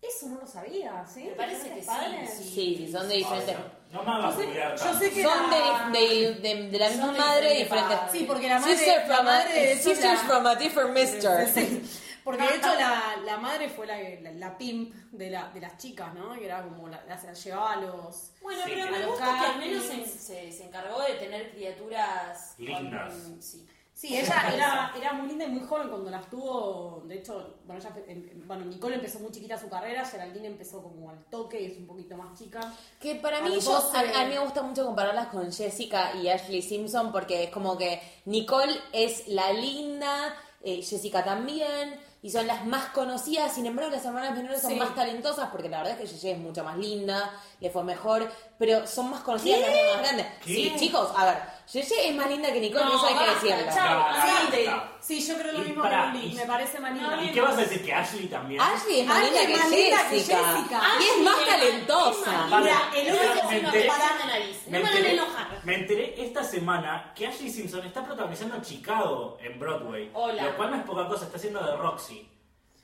Speaker 4: Eso no lo sabía, ¿sí?
Speaker 2: Me parece que sí,
Speaker 4: Padres.
Speaker 2: sí.
Speaker 3: sí, son de diferentes...
Speaker 5: No me
Speaker 4: Yo
Speaker 5: hagas
Speaker 4: sé,
Speaker 5: jubilar
Speaker 4: yo sé que
Speaker 3: Son
Speaker 4: la-
Speaker 3: de, de- de- de la misma
Speaker 2: Son de
Speaker 3: madre,
Speaker 2: diferentes
Speaker 3: diferentes...
Speaker 2: padres.
Speaker 4: Sí, porque la madre,
Speaker 3: Sister
Speaker 4: la
Speaker 3: from a-
Speaker 4: madre de hecho,
Speaker 3: sisters
Speaker 4: la-
Speaker 3: from a different mister.
Speaker 4: Sí. Porque de
Speaker 5: [LAUGHS]
Speaker 4: hecho la, la madre fue la, que- la, la pimp de, la, de las chicas, ¿no? Que era como la, la llevaba a los...
Speaker 2: Bueno,
Speaker 5: Sí,
Speaker 2: pero
Speaker 5: que
Speaker 2: me
Speaker 4: los
Speaker 2: gusta que al menos se,
Speaker 4: castings.
Speaker 2: se- se encargó de tener criaturas con-
Speaker 5: Lindas.
Speaker 2: sí.
Speaker 4: Sí,
Speaker 5: [LAUGHS]
Speaker 4: ella era, era muy linda y muy joven cuando las tuvo. De hecho, bueno, ella, em- bueno, Nicole empezó muy chiquita su carrera, Geraldine empezó como al toque, es un poquito más chica.
Speaker 3: Que para
Speaker 4: A
Speaker 3: mí,
Speaker 4: los
Speaker 3: yo-
Speaker 4: 12.
Speaker 3: a, a mí me gusta mucho compararlas con Jessica y Ashley Simpson porque es como que Nicole es la linda, eh, Jessica también, y son las más conocidas. Sin embargo, las hermanas menores son
Speaker 4: Sí.
Speaker 3: más talentosas porque la verdad es que Yeye es mucho más linda, le fue mejor, pero son más conocidas que las hermanas grandes.
Speaker 5: ¿Qué?
Speaker 3: Sí, chicos, a ver, Yeye es más linda que Nicole,
Speaker 2: No,
Speaker 3: eso hay que
Speaker 2: basta,
Speaker 3: decirlo.
Speaker 2: chao.
Speaker 4: Sí,
Speaker 5: Ah,
Speaker 4: sí, yo creo lo
Speaker 5: Y
Speaker 4: mismo
Speaker 5: para,
Speaker 4: que Luli,
Speaker 5: y-
Speaker 4: me parece más linda.
Speaker 5: ¿Y qué vas a decir? ¿Que Ashley también?
Speaker 3: Ashley es más
Speaker 4: Ashley
Speaker 3: linda que,
Speaker 4: es más linda que
Speaker 3: Jessica,
Speaker 4: Jessica.
Speaker 3: y es
Speaker 2: Ashley
Speaker 3: más
Speaker 2: es más-
Speaker 3: talentosa.
Speaker 2: es más
Speaker 5: Vale,
Speaker 4: Mira, el único-
Speaker 5: me
Speaker 2: Una
Speaker 5: enteré-
Speaker 2: pelada en la nariz. No me van a
Speaker 5: enteré-
Speaker 2: enojar.
Speaker 5: Me enteré esta semana que Ashley Simpson está protagonizando Chicago en Broadway.
Speaker 2: Hola.
Speaker 5: Lo cual no es poca cosa, está haciendo de Roxy.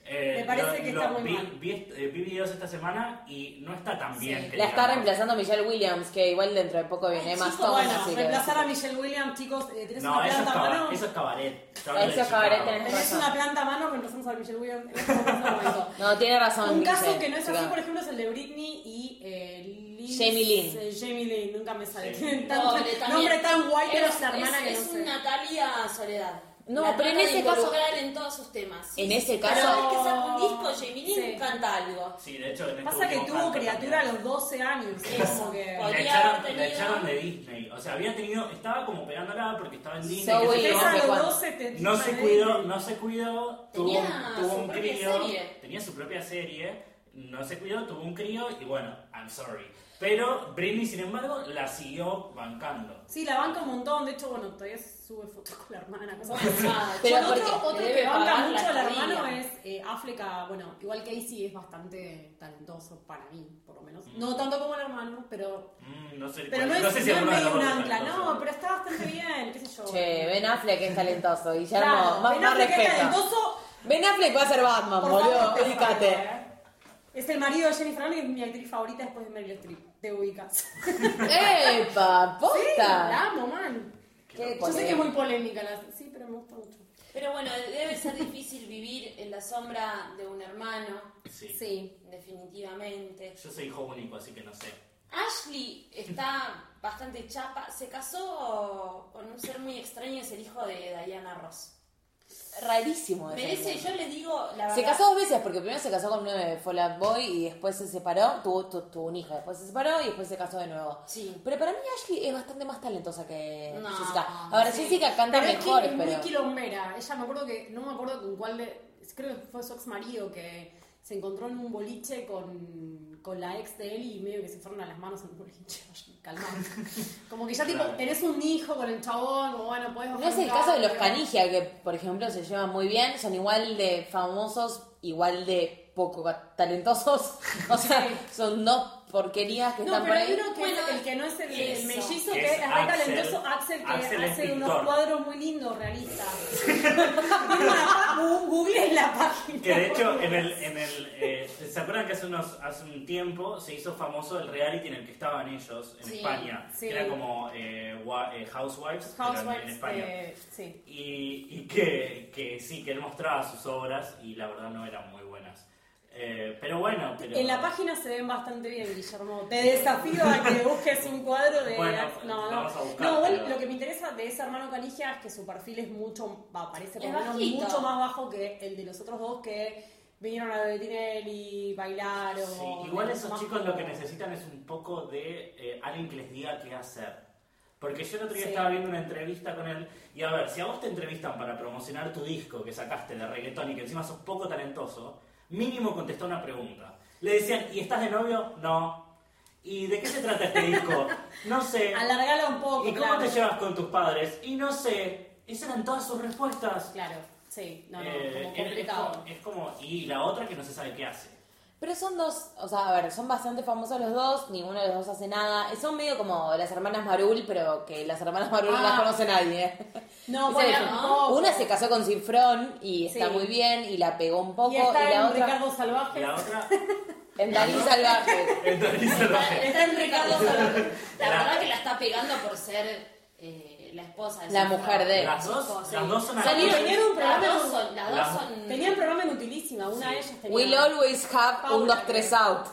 Speaker 5: Eh,
Speaker 4: Me parece que está muy
Speaker 5: vi,
Speaker 4: mal.
Speaker 5: Vi, est- eh, vi videos esta semana y no está tan bien. que
Speaker 3: La está
Speaker 5: digamos.
Speaker 3: reemplazando Michelle Williams, que igual dentro de poco viene
Speaker 2: Ay,
Speaker 3: más
Speaker 2: chicos,
Speaker 3: todo.
Speaker 4: Bueno,
Speaker 3: así que-
Speaker 4: reemplazar a Michelle Williams, chicos, eh, tenés
Speaker 5: No,
Speaker 4: una
Speaker 5: eso es,
Speaker 4: planta a
Speaker 5: caba-
Speaker 4: mano.
Speaker 5: eso es cabaret. Yo hablo
Speaker 3: Eso
Speaker 5: de
Speaker 3: es cabaret,
Speaker 5: Chicago.
Speaker 3: tenés
Speaker 4: Tenés
Speaker 3: razón.
Speaker 4: una planta a mano, reemplazamos a Michelle Williams. en este
Speaker 3: [LAUGHS]
Speaker 4: momento.
Speaker 3: No, tiene razón.
Speaker 4: Un caso
Speaker 3: Michelle,
Speaker 4: que no es así,
Speaker 3: chica.
Speaker 4: por ejemplo, es el de Britney y eh, Liz-
Speaker 3: Jamie Lynn.
Speaker 4: eh, Jamie Lynn, nunca me sale.
Speaker 5: Jamie
Speaker 4: Tienen
Speaker 5: Lynn.
Speaker 4: tanto-
Speaker 2: Doble también.
Speaker 4: nombre tan guay, pero es la
Speaker 2: Es-
Speaker 4: hermana que
Speaker 2: es
Speaker 4: no sé.
Speaker 2: un Natalia Soledad.
Speaker 3: No,
Speaker 2: La
Speaker 3: pero en
Speaker 2: trata de
Speaker 3: ese caso-
Speaker 2: involucrar en todos sus temas.
Speaker 3: En ese
Speaker 2: Cada
Speaker 3: caso-
Speaker 2: vez que saca un disco, Jamie Lynn
Speaker 4: Sí.
Speaker 2: canta algo.
Speaker 5: Sí, de hecho, en este
Speaker 4: Pasa que
Speaker 5: último
Speaker 4: tuvo
Speaker 5: canto
Speaker 4: criatura a
Speaker 5: también.
Speaker 4: los 12 años.
Speaker 2: Sí.
Speaker 4: es como que-
Speaker 2: Podría
Speaker 5: La echaron,
Speaker 2: haber
Speaker 5: la
Speaker 2: tenido-
Speaker 5: echaron de Disney. O sea, había tenido. Estaba como pegándola porque estaba en Disney.
Speaker 3: So
Speaker 5: qué sé
Speaker 3: weird.
Speaker 5: yo.
Speaker 4: Esa a los
Speaker 3: cuándo.
Speaker 4: 12 te-
Speaker 5: No se cuidó, no se cuidó, tuvo,
Speaker 2: Tenía
Speaker 5: tuvo
Speaker 2: su
Speaker 5: un
Speaker 2: propia
Speaker 5: crío,
Speaker 2: serie.
Speaker 5: tenía su propia serie, no se cuidó, tuvo un crío y bueno, I'm sorry. Pero Britney, sin embargo, la siguió bancando.
Speaker 4: Sí, la banca un montón. De hecho, bueno, todavía sube fotos con la hermana,
Speaker 2: Ah,
Speaker 4: cosas
Speaker 3: [LAUGHS]
Speaker 4: pesadas.
Speaker 3: Pero
Speaker 4: Bueno, otro,
Speaker 3: porque
Speaker 4: otro
Speaker 3: le
Speaker 4: que
Speaker 3: debe
Speaker 4: banca
Speaker 3: pagar la
Speaker 4: mucho al
Speaker 3: comida.
Speaker 4: hermano es eh, África. Bueno, igual Casey es bastante talentoso para mí, por lo menos. No tanto como el hermano, pero.
Speaker 5: Mm, no sé,
Speaker 4: Pero
Speaker 5: cuál-
Speaker 4: no,
Speaker 5: no
Speaker 4: es,
Speaker 5: sé si
Speaker 4: no es
Speaker 5: alguna de
Speaker 4: medio
Speaker 5: las
Speaker 4: un
Speaker 5: dos,
Speaker 4: ancla,
Speaker 5: no sé.
Speaker 4: no, pero está bastante bien, qué sé yo.
Speaker 3: Che, Ben Affleck es talentoso, Guillermo,
Speaker 4: Claro,
Speaker 3: más,
Speaker 4: Ben
Speaker 3: más
Speaker 4: Affleck es
Speaker 3: respeto.
Speaker 4: talentoso,
Speaker 3: Ben Affleck va a ser Batman,
Speaker 4: por
Speaker 3: boludo,
Speaker 4: favor, te
Speaker 3: ubícate.
Speaker 4: favor, eh. Es el marido de Jennifer Aniston, mi actriz favorita después de Meryl Streep. Te ubicas.
Speaker 3: ¡Epa! [LAUGHS] ¡Posta!
Speaker 4: eh. Sí, la amo, man.
Speaker 3: Qué
Speaker 4: Yo sé que es muy
Speaker 3: polémico.
Speaker 4: polémica la... Sí, pero me gusta mucho.
Speaker 2: Pero bueno, debe ser difícil vivir en la sombra de un hermano,
Speaker 5: Sí.
Speaker 4: Sí.
Speaker 2: definitivamente.
Speaker 5: Yo soy hijo único, así que no sé.
Speaker 2: Ashley está bastante chapa, se casó con un ser muy extraño, es el hijo de Diana Ross.
Speaker 3: Rarísimo ese
Speaker 2: Merece,
Speaker 3: hombre.
Speaker 2: yo le digo la verdad.
Speaker 3: Se casó dos veces, porque primero se casó con nueve Fall Out Boy y después se separó, tuvo, tu- tuvo un hijo, después se separó y después se casó de nuevo.
Speaker 2: Sí.
Speaker 3: Pero para mí Ashley es bastante más talentosa que
Speaker 2: No,
Speaker 3: Jessica. Ahora,
Speaker 2: sí.
Speaker 3: Jessica canta
Speaker 4: Pero es
Speaker 3: mejor,
Speaker 4: que es muy
Speaker 3: pero...
Speaker 4: quilombera. Ella me acuerdo que... No me acuerdo con cuál de... Creo que fue su ex marido que se encontró en un boliche con, con la ex de él y medio que se fueron a las manos en un boliche. [LAUGHS] Calmado. Como que ya tipo,
Speaker 5: Claro.
Speaker 4: tenés un hijo con el chabón, o bueno, podés
Speaker 3: No
Speaker 4: bajar
Speaker 3: es
Speaker 4: un
Speaker 3: el caso de los
Speaker 4: cambio.
Speaker 3: Canigia, que por ejemplo se llevan muy bien, son igual de famosos, igual de poco talentosos. [LAUGHS] O sea, son dos porquerías que
Speaker 4: No,
Speaker 3: están
Speaker 4: pero
Speaker 3: por
Speaker 4: hay
Speaker 3: ahí.
Speaker 4: uno que es
Speaker 2: Bueno,
Speaker 4: el que no es el, el
Speaker 2: eso.
Speaker 4: mellizo,
Speaker 5: Que
Speaker 4: que
Speaker 5: es
Speaker 4: es re
Speaker 5: Axel.
Speaker 4: talentoso, Axel, que
Speaker 5: Axel es
Speaker 4: hace unos
Speaker 5: pintor.
Speaker 4: cuadros muy lindos,
Speaker 5: [LAUGHS]
Speaker 4: realistas. [LAUGHS] Tiene una pa- gu- [LAUGHS] Google en la página.
Speaker 5: Que de hecho, en el, en el, eh, ¿se acuerdan que hace, unos, hace un tiempo se hizo famoso el reality en el que estaban ellos en
Speaker 2: Sí,
Speaker 5: España?
Speaker 4: sí.
Speaker 5: Que era como eh, wa- eh, Housewives, pero en- en
Speaker 4: Housewives,
Speaker 5: España.
Speaker 4: eh, sí.
Speaker 5: Y, y que, que sí, que él mostraba sus obras y la verdad no eran muy buenas. Eh, pero bueno, pero...
Speaker 4: En la página se ven bastante bien, Guillermo. Te desafío a
Speaker 5: [LAUGHS]
Speaker 4: que busques un cuadro de.
Speaker 5: Bueno,
Speaker 4: Axel- no, no.
Speaker 5: vamos a buscar,
Speaker 4: no, igual
Speaker 5: pero-
Speaker 4: lo que me interesa de ese hermano Canigia es que su perfil es mucho. Va, parece por
Speaker 2: Es
Speaker 4: lo menos
Speaker 2: bajito.
Speaker 4: mucho más bajo que el de los otros dos que vinieron a Tinelli, bailaron.
Speaker 5: Sí, igual
Speaker 4: es
Speaker 5: esos
Speaker 4: más
Speaker 5: chicos lo
Speaker 4: como-
Speaker 5: que necesitan es un poco de eh, alguien que les diga qué hacer. Porque yo el otro día
Speaker 4: Sí.
Speaker 5: estaba viendo una entrevista con él y a ver, si a vos te entrevistan para promocionar tu disco que sacaste de reggaetón y que encima sos poco talentoso, mínimo contestó una pregunta. Le decían, ¿y estás de novio? No. ¿Y de qué se trata
Speaker 4: [LAUGHS]
Speaker 5: este disco? No sé.
Speaker 4: Alargala un poco.
Speaker 5: ¿Y cómo
Speaker 4: claro.
Speaker 5: te llevas con tus padres? Y no sé. Esas eran todas sus respuestas.
Speaker 4: Claro, sí, no, no,
Speaker 5: Eh,
Speaker 4: como
Speaker 5: es- es
Speaker 4: complicado.
Speaker 5: [LAUGHS] como- es como, y la otra que no se sabe qué hace.
Speaker 3: Pero son dos, o sea, a ver, son bastante famosos los dos, ninguno de los dos hace nada. Son medio como las hermanas Marul, pero que las hermanas Marul no las
Speaker 4: Ah.
Speaker 3: conoce nadie. ¿eh?
Speaker 4: No,
Speaker 3: Es
Speaker 4: bueno,
Speaker 3: eso.
Speaker 4: no.
Speaker 3: Una se casó con Cifrón y está
Speaker 4: Sí.
Speaker 3: muy bien y la pegó un poco.
Speaker 4: y está
Speaker 3: la
Speaker 4: en
Speaker 3: otra.
Speaker 4: Ricardo Salvaje. [LAUGHS]
Speaker 5: La otra. [LAUGHS]
Speaker 3: En Dalí Salvaje.
Speaker 5: Entonces,
Speaker 2: Está, está en
Speaker 5: [LAUGHS]
Speaker 2: Ricardo Salvaje. La
Speaker 5: La-
Speaker 2: verdad que la está pegando por ser eh, la esposa de
Speaker 3: La
Speaker 2: Sofía.
Speaker 3: mujer de él.
Speaker 5: Las dos,
Speaker 2: Sí.
Speaker 5: las dos son
Speaker 3: Salieron
Speaker 5: actrices.
Speaker 4: Tenía un programa-
Speaker 2: Las dos son. Las
Speaker 5: La-
Speaker 2: dos son
Speaker 4: Tenía un programa en Utilísima, una de ellas tenía.
Speaker 3: We'll always have un
Speaker 4: Paula.
Speaker 3: 2, 3 out.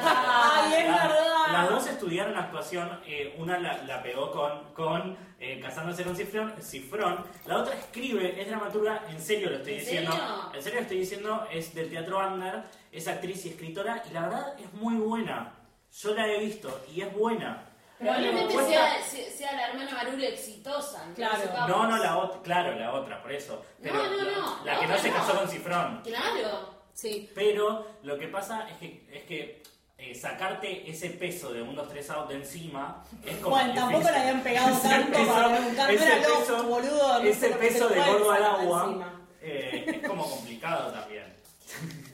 Speaker 2: Ah,
Speaker 4: Ay, es
Speaker 5: La-
Speaker 4: verdad.
Speaker 5: Las dos estudiaron actuación, eh, una la, la pegó con, con eh, casándose con Cifrón, Cifrón, la otra escribe, es dramaturga, en serio lo estoy
Speaker 2: ¿En
Speaker 5: diciendo,
Speaker 2: serio?
Speaker 5: en serio lo estoy diciendo, es del teatro Under, es actriz y escritora y la verdad es muy buena, yo la he visto y es buena.
Speaker 2: Probablemente
Speaker 5: Cuesta-
Speaker 2: sea, se- sea la hermana Marula exitosa. ¿no?
Speaker 4: Claro.
Speaker 2: Sepamos.
Speaker 5: No, no, la otra, claro, la otra, por eso. Pero
Speaker 2: No, no, no,
Speaker 5: la
Speaker 2: la
Speaker 5: que no
Speaker 2: otra
Speaker 5: se
Speaker 2: no.
Speaker 5: casó con Cifrón.
Speaker 2: Claro.
Speaker 4: Sí.
Speaker 5: Pero lo que pasa es que, es que eh, sacarte ese peso de un 2, 3 out de encima es como.
Speaker 4: Bueno, tampoco
Speaker 5: difícil.
Speaker 4: la habían pegado
Speaker 5: [LAUGHS] Ese
Speaker 4: tanto
Speaker 5: peso-
Speaker 4: para nunca- no
Speaker 5: ese
Speaker 4: era Lost,
Speaker 5: peso-
Speaker 4: boludo, no
Speaker 5: Ese
Speaker 4: sé por qué
Speaker 5: peso
Speaker 4: se
Speaker 5: de
Speaker 4: puede
Speaker 5: gordo al
Speaker 4: sacar
Speaker 5: agua
Speaker 4: encima.
Speaker 5: eh, es como complicado también.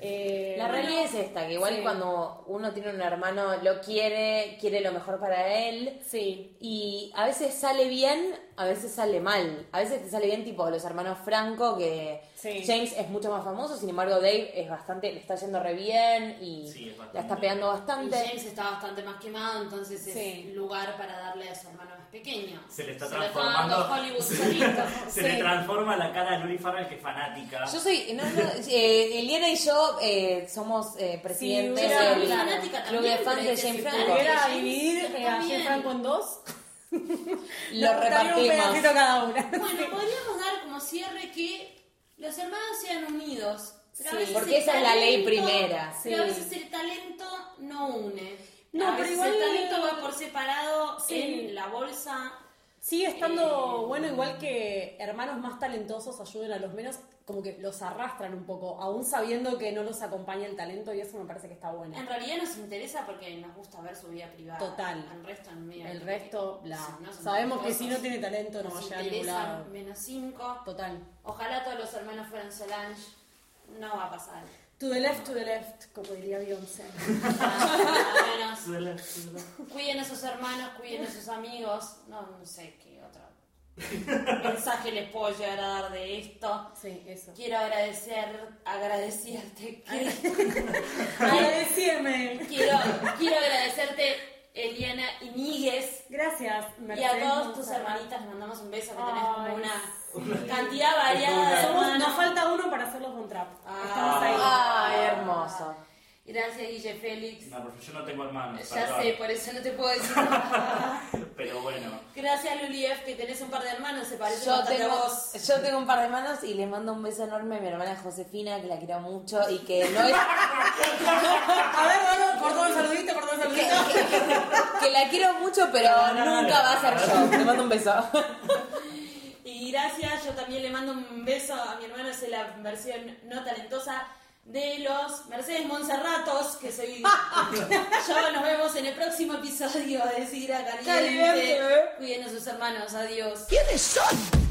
Speaker 4: Eh,
Speaker 3: La realidad
Speaker 4: bueno,
Speaker 3: es esta, que igual
Speaker 4: Sí.
Speaker 3: cuando uno tiene un hermano lo quiere, quiere lo mejor para él.
Speaker 4: Sí.
Speaker 3: Y a veces sale bien, a veces sale mal. A veces te sale bien tipo los hermanos Franco, que
Speaker 4: Sí.
Speaker 3: James es mucho más famoso, sin embargo Dave es bastante, le está yendo re bien y
Speaker 5: Sí, es bastante.
Speaker 3: la está pegando
Speaker 2: Y
Speaker 3: bastante.
Speaker 2: James está bastante más quemado, entonces
Speaker 4: Sí.
Speaker 2: es lugar para darle a su hermano más pequeño.
Speaker 5: Se le está
Speaker 2: lo dando
Speaker 5: transformando.
Speaker 2: Hollywood
Speaker 5: [LAUGHS]
Speaker 2: solito.
Speaker 5: se le transforma la cara a Lori Farrell, que es fanática.
Speaker 3: Yo soy, no, no, eh, Eliana y yo eh, somos eh, presidentes
Speaker 4: Sí, yo era
Speaker 3: del
Speaker 4: muy
Speaker 2: fanática
Speaker 3: club de
Speaker 2: también,
Speaker 3: fans
Speaker 2: pero
Speaker 3: de
Speaker 2: es que
Speaker 3: James
Speaker 2: si
Speaker 3: Franco.
Speaker 4: Pudiera
Speaker 2: James
Speaker 4: dividir
Speaker 2: está
Speaker 4: eh, a Jane
Speaker 2: bien.
Speaker 4: Franco en dos.
Speaker 3: Lo
Speaker 4: nos gustaría un
Speaker 3: repartimos.
Speaker 4: pedacito cada una.
Speaker 2: Bueno, podríamos dar como cierre que los hermanos sean unidos. pero a
Speaker 4: Sí,
Speaker 2: veces
Speaker 3: porque
Speaker 2: el
Speaker 3: esa es la ley primera.
Speaker 2: Pero a
Speaker 4: Sí.
Speaker 2: veces el talento no une.
Speaker 4: No,
Speaker 2: a
Speaker 4: pero
Speaker 2: veces
Speaker 4: igual-
Speaker 2: el talento va por separado
Speaker 4: Sí.
Speaker 2: en la bolsa.
Speaker 4: Sigue estando
Speaker 2: Eh,
Speaker 4: bueno, igual que hermanos más talentosos ayuden a los menos. como que los arrastran un poco, aún sabiendo que no los acompaña el talento y eso me parece que está bueno.
Speaker 2: En realidad nos interesa porque nos gusta ver su vida privada.
Speaker 4: Total.
Speaker 2: El resto no mira.
Speaker 4: El resto, bla.
Speaker 2: Sí, no son
Speaker 4: Sabemos que
Speaker 2: cosas.
Speaker 4: si no tiene talento no va a
Speaker 2: Nos
Speaker 4: llegar a ningún
Speaker 2: interesa,
Speaker 4: lado.
Speaker 2: menos 5.
Speaker 4: Total.
Speaker 2: Ojalá todos los hermanos fueran Solange. No va a pasar.
Speaker 4: To the left, to the left, como diría Beyoncé.
Speaker 2: Ah, menos.
Speaker 5: Suele- suele-
Speaker 2: Cuiden a sus hermanos, cuiden a sus amigos. No, no sé qué otro mensaje les puedo llegar a dar de esto.
Speaker 4: Sí,
Speaker 2: [LAUGHS]
Speaker 4: eso.
Speaker 2: Quiero agradecer, agradecerte. que-
Speaker 4: Agradeceme.
Speaker 2: quiero, quiero agradecerte, Eliana Iníguez.
Speaker 4: Gracias,
Speaker 2: Y a todos tus
Speaker 4: Montserrat.
Speaker 2: hermanitas les mandamos un beso que tenés como
Speaker 4: Ay,
Speaker 2: una cantidad variada de
Speaker 4: Somos-
Speaker 2: hermanos.
Speaker 4: nos falta uno para hacer los Bontrap.
Speaker 2: Ah.
Speaker 4: Estamos ahí.
Speaker 3: Ay, hermoso.
Speaker 2: Gracias, Guille Félix.
Speaker 5: No, profe, yo no tengo hermanos,
Speaker 2: Ya
Speaker 5: perdón.
Speaker 2: sé, pues. por eso no te puedo decir nada.
Speaker 5: Pero bueno,
Speaker 2: Gracias, Luliev, que tenés un par de hermanos, se parece
Speaker 3: Yo
Speaker 2: bastante
Speaker 3: tengo,
Speaker 2: a vos.
Speaker 3: [LAUGHS] yo tengo un par de hermanos y les mando un beso enorme a mi hermana Josefina, que la quiero mucho y que no es.
Speaker 4: A ver, bueno, cortó el saludito, cortó el
Speaker 3: que,
Speaker 4: saludito.
Speaker 3: que- que la quiero mucho, pero
Speaker 5: no, no,
Speaker 3: nunca
Speaker 5: no.
Speaker 3: va a ser yo. Te mando un beso.
Speaker 2: Y gracias, yo también le mando un beso a mi hermano, es la versión no talentosa de los Mercedes Monserratos, que soy yo. Nos vemos en el próximo episodio de Sidra Caliente.
Speaker 3: Caliente.
Speaker 2: Cuiden a sus hermanos, adiós.
Speaker 1: ¿Quiénes son?